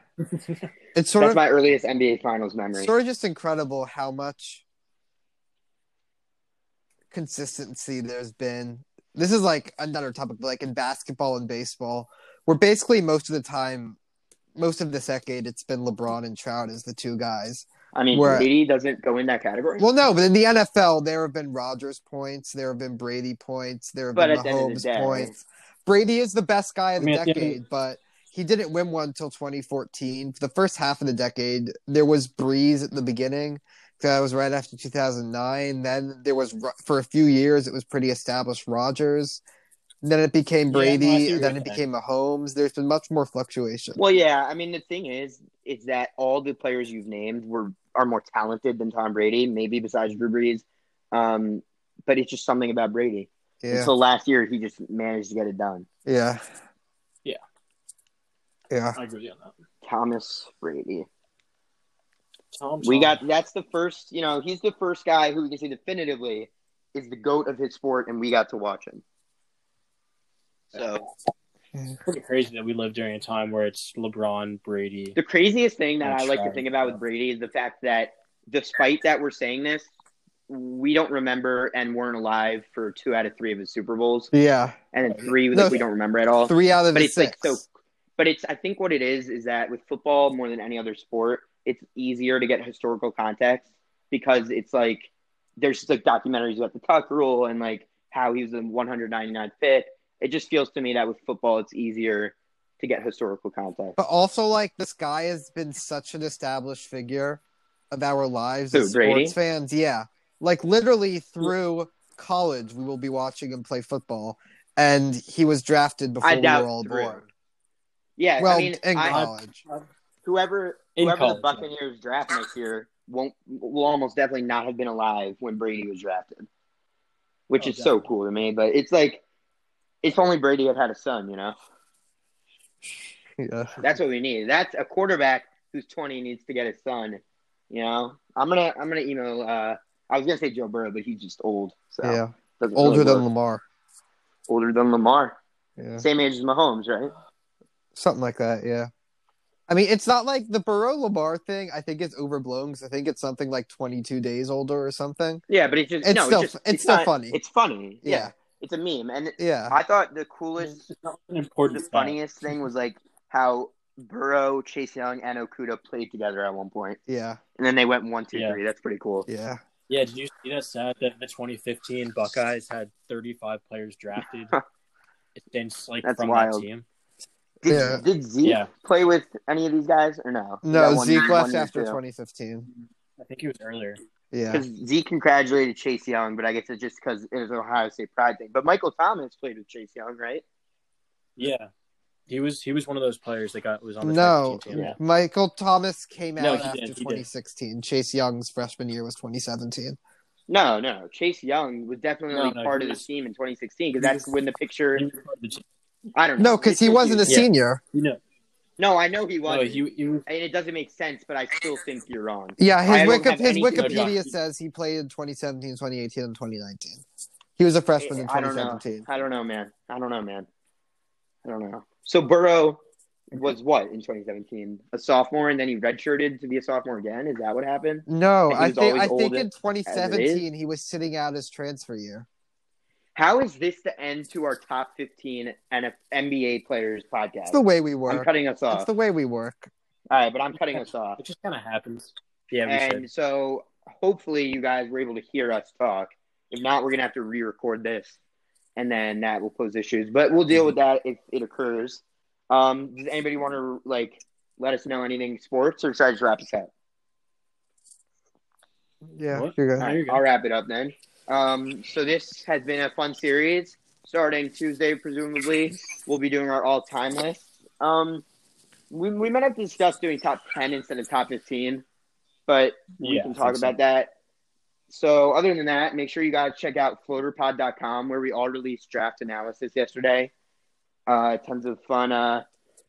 Speaker 2: it's sort
Speaker 1: That's
Speaker 2: of
Speaker 1: my earliest NBA finals memory.
Speaker 2: sort of just incredible how much consistency there's been. This is like another topic, but like in basketball and baseball, where basically most of the time, most of this decade, it's been LeBron and Trout as the two guys.
Speaker 1: I mean,
Speaker 2: Where-
Speaker 1: Brady doesn't go in that category.
Speaker 2: Well, no, but in the NFL, there have been Rodgers points, there have been Brady points, there have
Speaker 1: But
Speaker 2: been
Speaker 1: at the end of the
Speaker 2: Mahomes
Speaker 1: day-
Speaker 2: points. Brady is the best guy of the
Speaker 3: I mean, at the end of-
Speaker 2: decade, but he didn't win one until 2014. For the first half of the decade, there was Breeze at the beginning. That was right after 2009. Then there was, Ro- for a few years, it was pretty established Rodgers. Then it became
Speaker 3: Yeah, no, I see
Speaker 2: Brady.
Speaker 3: what you're
Speaker 2: then it
Speaker 3: saying.
Speaker 2: became Mahomes. There's been much more fluctuation.
Speaker 1: Well, yeah. I mean, the thing is, is that all the players you've named were are more talented than Tom Brady, maybe besides Drew Brees. Um, but it's just something about Brady.
Speaker 2: yeah.
Speaker 1: And so last year, he just managed to get it done.
Speaker 2: yeah.
Speaker 3: Yeah.
Speaker 2: Yeah.
Speaker 3: I agree on that.
Speaker 1: Thomas Brady.
Speaker 3: Tom,
Speaker 1: We
Speaker 3: Tom.
Speaker 1: got that's the first. You know, he's the first guy who we can say definitively is the goat of his sport, and we got to watch him. So
Speaker 3: pretty crazy that we live during a time where it's LeBron, Brady.
Speaker 1: The craziest thing that
Speaker 3: And
Speaker 1: I like to
Speaker 3: Trout.
Speaker 1: think about with Brady is the fact that despite that we're saying this, we don't remember and weren't alive for two out of three of his Super Bowls,
Speaker 2: Yeah.
Speaker 1: and then three like,
Speaker 2: No,
Speaker 1: we don't remember at all.
Speaker 2: Three out of
Speaker 1: but
Speaker 2: the
Speaker 1: it's
Speaker 2: six.
Speaker 1: like so. But it's I think what it is is that with football more than any other sport, it's easier to get historical context because it's like there's like documentaries about the Tuck Rule and like how he was the 199th pick. It just feels to me that with football, it's easier to get historical context.
Speaker 2: But also, like, this guy has been such an established figure of our lives
Speaker 1: Who,
Speaker 2: as sports
Speaker 1: Brady?
Speaker 2: fans. Yeah. Like, literally through college, we will be watching him play football. And he was drafted before
Speaker 1: I
Speaker 2: we
Speaker 1: doubt
Speaker 2: were all
Speaker 1: through.
Speaker 2: born.
Speaker 1: Yeah,
Speaker 2: Well,
Speaker 1: I mean,
Speaker 2: in
Speaker 1: I-
Speaker 2: college.
Speaker 1: whoever
Speaker 3: In
Speaker 1: whoever the
Speaker 3: college, yeah.
Speaker 1: Buccaneers draft next year won't will almost definitely not have been alive when Brady was drafted, which
Speaker 3: Oh,
Speaker 1: is so
Speaker 3: definitely.
Speaker 1: cool to me. But it's like if only Brady had had a son, you know.
Speaker 2: Yeah.
Speaker 1: That's what we need. That's a quarterback who's twenty needs to get a son. You know, I'm gonna I'm gonna email. Uh, I was gonna say Joe Burrow, but he's just old. So
Speaker 2: Yeah.
Speaker 1: doesn't
Speaker 2: Older
Speaker 1: really
Speaker 2: than
Speaker 1: work.
Speaker 2: Lamar.
Speaker 1: older than Lamar,
Speaker 2: Yeah.
Speaker 1: same age as Mahomes, right?
Speaker 2: Something like that. Yeah. I mean, it's not like the Burrow Lamar thing, I think it's overblown because I think it's something like 22 days older or something.
Speaker 1: Yeah, but it's just
Speaker 2: It's
Speaker 1: no,
Speaker 2: still-
Speaker 1: it's, just,
Speaker 2: it's still
Speaker 1: not-
Speaker 2: funny.
Speaker 1: It's funny. Yeah.
Speaker 2: Yeah.
Speaker 1: it's a meme, and
Speaker 2: Yeah.
Speaker 1: I thought the coolest
Speaker 3: It's not an important
Speaker 1: the
Speaker 3: fact.
Speaker 1: funniest thing was like how Burrow, Chase Young, and Okuda played together at one point,
Speaker 2: Yeah.
Speaker 1: and then they went one, two, three.
Speaker 3: Yeah.
Speaker 1: That's pretty cool.
Speaker 2: Yeah.
Speaker 3: Yeah, did you see that stat that the 2015 Buckeyes had 35 players drafted since like
Speaker 1: That's
Speaker 3: from
Speaker 1: wild.
Speaker 3: that team?
Speaker 1: Did,
Speaker 2: Yeah.
Speaker 1: did Zeke
Speaker 3: Yeah.
Speaker 1: play with any of these guys or no? He
Speaker 2: No,
Speaker 1: got one-
Speaker 2: Zeke
Speaker 1: one
Speaker 2: left
Speaker 1: year,
Speaker 2: after
Speaker 1: too.
Speaker 2: 2015.
Speaker 3: I think it was earlier.
Speaker 2: Yeah.
Speaker 1: Because Zeke congratulated Chase Young, but I guess it's just because it was an Ohio State pride thing. But Michael Thomas played with Chase Young, right?
Speaker 3: Yeah, he was he was one of those players that got was on the
Speaker 2: No,
Speaker 3: 2015 team.
Speaker 1: Yeah.
Speaker 2: Michael Thomas came
Speaker 3: No,
Speaker 2: out
Speaker 3: he did,
Speaker 2: after
Speaker 3: he did.
Speaker 2: 2016. Chase Young's freshman year was 2017.
Speaker 1: No, no. Chase Young was definitely
Speaker 3: No, no,
Speaker 1: part of
Speaker 3: he
Speaker 1: the
Speaker 3: was-
Speaker 1: team in 2016 because
Speaker 3: he
Speaker 1: that's
Speaker 3: was-
Speaker 1: when the picture.
Speaker 3: He was part of the team.
Speaker 1: I don't know.
Speaker 2: No, because he
Speaker 1: It's
Speaker 2: wasn't a
Speaker 1: confusing.
Speaker 3: Yeah.
Speaker 2: senior.
Speaker 3: You know,
Speaker 1: No, I know he
Speaker 3: no,
Speaker 1: wasn't.
Speaker 3: he, he was
Speaker 1: and it doesn't make sense, but I still think you're wrong.
Speaker 2: Yeah,
Speaker 1: I
Speaker 2: his,
Speaker 1: don't
Speaker 2: Wiki,
Speaker 1: have
Speaker 2: his
Speaker 1: anything to do.
Speaker 2: Wikipedia says he played in 2017, 2018, and 2019. He was a freshman in
Speaker 1: I don't know.
Speaker 2: 2017.
Speaker 1: I don't know, man. I don't know, man. I don't know. So Burrow was what in 2017? A sophomore, and then he redshirted to be a sophomore again. Is that what happened?
Speaker 2: No,
Speaker 1: I
Speaker 2: I
Speaker 1: think he
Speaker 2: think
Speaker 1: was
Speaker 2: I
Speaker 1: always
Speaker 2: think in
Speaker 1: as it
Speaker 2: 2017 he was sitting out his transfer year.
Speaker 1: How is this the end to our top 15 NF- NBA players podcast?
Speaker 2: It's the way we
Speaker 1: I'm
Speaker 2: work.
Speaker 1: cutting us
Speaker 2: It's
Speaker 1: off.
Speaker 2: the way we work.
Speaker 1: All right, but I'm cutting us off.
Speaker 3: It just kind of happens. Yeah, we
Speaker 1: and so hopefully you guys were able to hear us talk. If not, we're gonna have to re-record this, and then that will pose issues. But we'll deal with that if it occurs. Um, does anybody want to like let us know anything sports, or should I just wrap this up?
Speaker 2: Yeah,
Speaker 3: What?
Speaker 2: you're good.
Speaker 3: Alright. you go.
Speaker 1: I'll wrap it up then. Um, so this has been a fun series. Starting Tuesday, presumably, we'll be doing our all-time list. Um, we we might have to discuss doing top ten instead of top fifteen, but we
Speaker 3: Yeah,
Speaker 1: can
Speaker 3: I
Speaker 1: talk
Speaker 3: think so.
Speaker 1: about that. So, other than that, make sure you guys check out floaterpod.com where we all released draft analysis yesterday. Uh, tons of fun, uh,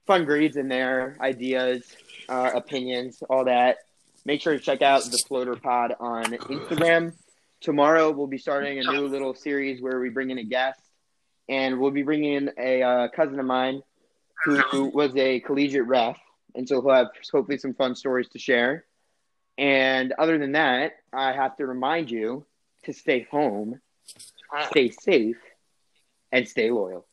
Speaker 1: fun grades in there, ideas, uh, opinions, all that. Make sure to check out the Floater Pod on Instagram. Tomorrow, we'll be starting a new little series where we bring in a guest, and we'll be bringing in a uh, cousin of mine who was a collegiate ref, and so he'll have hopefully some fun stories to share. And other than that, I have to remind you to stay home, stay safe, and stay loyal.